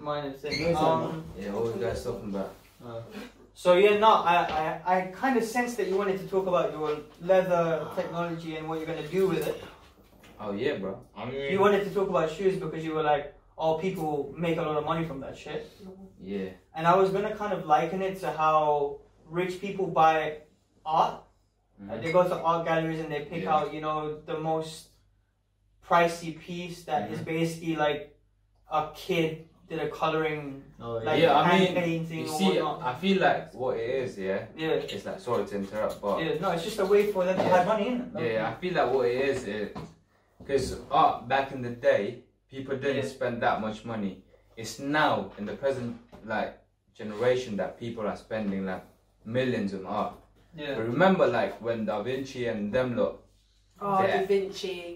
Minus thing. Where's Um, Yeah, what was you guys talking about? so yeah, no, I, I, I kind of sense that you wanted to talk about your leather technology and what you're gonna do with it. Oh yeah, bro. I mean, You wanted to talk about shoes because you were like, oh, people make a lot of money from that shit. yeah, And I was gonna kind of liken it to how rich people buy art. Like, Mhm. they go to art galleries and they pick Yeah. out, you know, the most pricey piece that is Mhm. basically like a kid did a coloring, Oh, yeah. like Yeah, I hand mean, painting you or see, whatnot. I feel like what it is, yeah, Yeah. it's like sorry to interrupt, but Yeah, no, it's just a way for them to Yeah. have money in it. Yeah, I feel like what it is, it because art back in the day, people didn't Yeah. spend that much money. It's now in the present like generation that people are spending like millions on art. But Yeah. remember, like when Da Vinci and them lot, Oh, Yeah. Da <laughs> Vinci.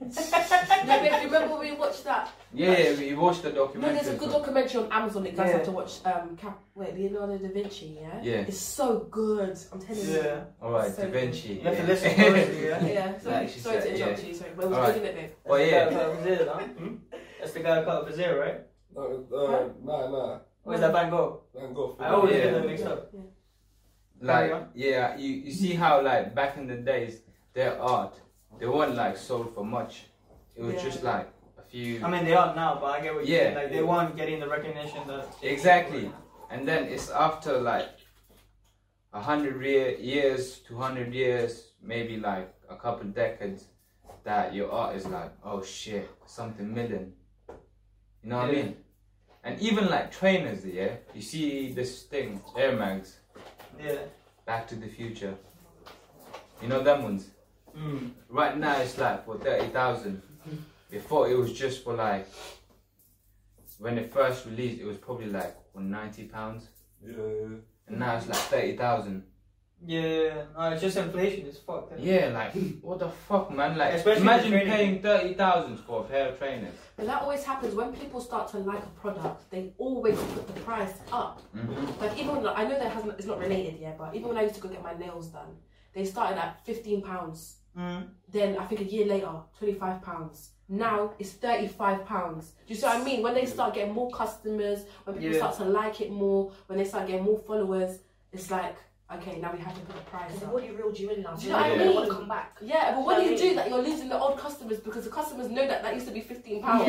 no, but if you remember when we watched that? yeah, yeah, we watched the No, documentary. there's a good from- documentary on Amazon that you guys Yeah. have to watch. Um, Cap- wait, Leonardo da Vinci, yeah? Yeah. It's so good. I'm telling Yeah. All right, so Da Vinci. You have to listen closely, you. <laughs> yeah? Yeah. Sorry, Like she sorry to said, interrupt you. Sorry. Where was Alright. it, didn't it, But That's the Oh, yeah, Hmm? guy who cut off his ear, huh? That's the guy who cut off his ear, right? No, uh, nah, nah. Or is that Van Gogh? Then go for I Oh, always Yeah. get them mixed up. like yeah, you, you see how like back in the days their art they weren't like sold for much. It was Yeah. just like a few. I mean, they are now, but I get what you Yeah. mean. Like, they weren't getting the recognition that. Exactly. And then it's after like a hundred re- years, two hundred years, maybe like a couple decades, that your art is like, oh shit, something million. You know what Yeah. I mean? And even like trainers, yeah. You see this thing, Air Mags, Yeah. Back to the Future. You know them ones. Hmm. Mm. Right now it's like for thirty thousand. Before it was just for like. When it first released, it was probably like for ninety pounds. Yeah, yeah. and now it's like thirty thousand. Yeah. No, it's just inflation is fucked. isn't it? Yeah, like what the fuck, man? Like, Especially imagine the training. paying thirty thousand for a pair of trainers. But that always happens when people start to like a product, they always put the price up. Mm-hmm. Like even when, I know that hasn't it's not related yet, but even when I used to go get my nails done, they started at fifteen pounds. Mm. Then I think a year later, twenty five pounds. Now it's thirty five pounds. Do you see what I mean? When they start getting more customers, when people Yeah. start to like it more, when they start getting more followers, it's like okay, now we have to put the price They've up. already reeled you in now. Do So you you know what I don't want mean? to come back. Yeah, but when Yeah, you I do mean- that, you're losing the old customers because the customers know that that used to be fifteen pounds.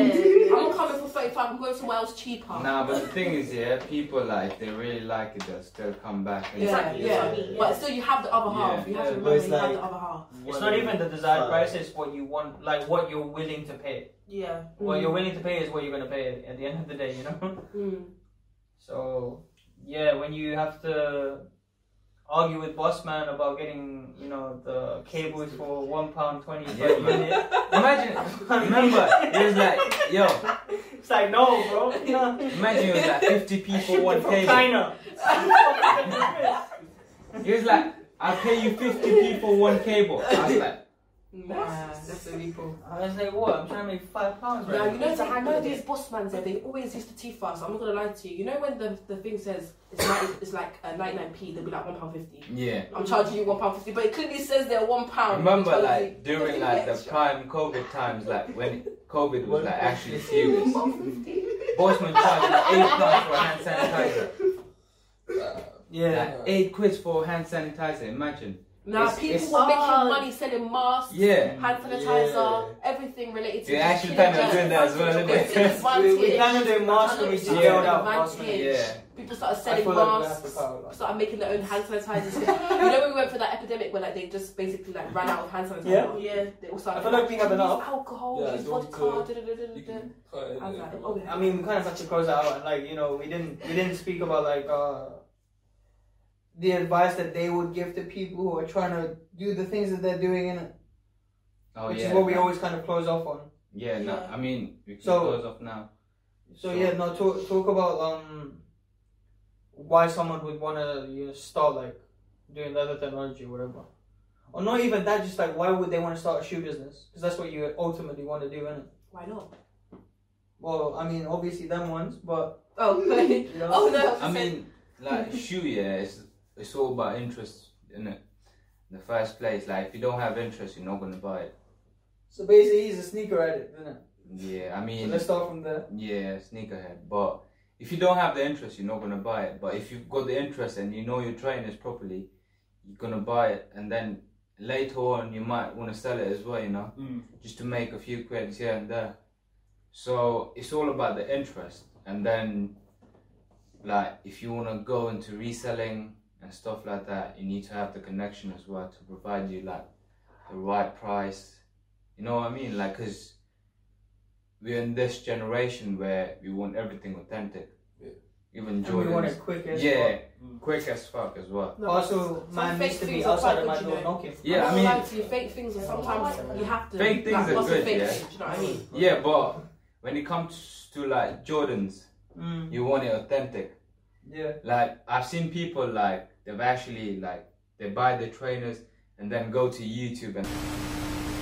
I'm Yeah. not coming for thirty five. I'm going somewhere else cheaper. Nah, but the thing is, yeah, people like they really like it. They'll still come back. And Exactly. yeah. That's what I mean. But still, you have the other half. Yeah. You have to Yeah, remember but it's you have like- the other half. It's not even the desired Fuck. price, it's what you want, like what you're willing to pay. Yeah. Hmm. What you're willing to pay is what you're gonna pay at the end of the day, you know? Mm. So yeah, when you have to argue with boss man about getting you know the cables for one pound twenty per Yeah, man. <laughs> unit, Imagine, remember, it was like, yo, it's like no, bro. <laughs> No. imagine it was like fifty people one From cable. China. It was like, I'll pay you fifty people one cable. I was like, That's the people. I was like, what? I'm trying to make five pounds right Now you know, It's a you hang know with these boss man said they always used to teeth us. I'm not gonna lie to you. You know when the, the thing says it's, 90, it's like uh, 99p, they'll be like one pound fifty. yeah. I'm charging you one pound fifty, but it clearly says they're one pound. Remember, because like they- during they like the extra. prime COVID times, like when COVID was like actually Ooh, serious. £1.50. Bosman charged like eight pounds for a hand sanitizer. Yeah. Like eight quid for hand sanitizer. Imagine. Now It's- people it's- were making Oh. money selling masks, Yeah. hand sanitizer, everything related to You're just actually killing kind of doing that as well, germs. isn't it? It's <laughs> We, advantage. we kind of doing masks when we just Yeah. yelled out masks. Advantage. Yeah. People started I selling feel like we have masks. to power like- started making their own hand sanitizers. <laughs> you know when we went for that epidemic where like they just basically like ran out of hand sanitizer. Yeah. Yeah. They all started. I feel like we have use enough. alcohol, Yeah, use don't, vodka. uh, da, da, da, da, You da. can cut it I was like, in. oh, there. I mean, we kind of had to close that out, and like you know, we didn't we didn't speak about like uh the advice that they would give to people who are trying to do the things that they're doing, in Oh which yeah. is what we always kind of close off on. yeah. No. I mean, we can So- close off now. So yeah, now talk talk about um why someone would want to you know, start like doing the other technology or whatever. Or not even that, just like why would they want to start a shoe business? Because that's what you ultimately want to do, innit? Why not? Well, I mean, obviously them ones, but <laughs> Oh, <laughs> okay. you know, oh no. I mean, like shoe, yeah, it's it's all about interest, in it? In the first place, like if you don't have interest, you're not gonna buy it. so basically he's a sneaker addict, isn't it? Yeah, I So mean, let's start from there. yeah, sneakerhead. But if you don't have the interest, you're not gonna buy it. But if you've got the interest and you know you're trying this properly, you're gonna buy it, and then later on you might want to sell it as well, you know, Mm. just to make a few credits here and there. So it's all about the interest, and then like if you want to go into reselling and stuff like that, you need to have the connection as well to provide you like the right price. You know what I mean? Like, cause we're in this generation where we want everything authentic. Yeah. Even And we want it Jordan. quick as Yeah, well. quick as fuck as well. No, Also, some man fake needs to be things are outside quite of my good, you door know. knocking. Yeah, I'm I not mean, gonna lie to you, fake things are sometimes you have to. Fake things like, are what's a good, fake yeah. thing? Do you know what I mean? Yeah, but when it comes to like Jordans, Mm. you want it authentic. Yeah. Like I've seen people like they've actually like they buy the trainers and then go to YouTube and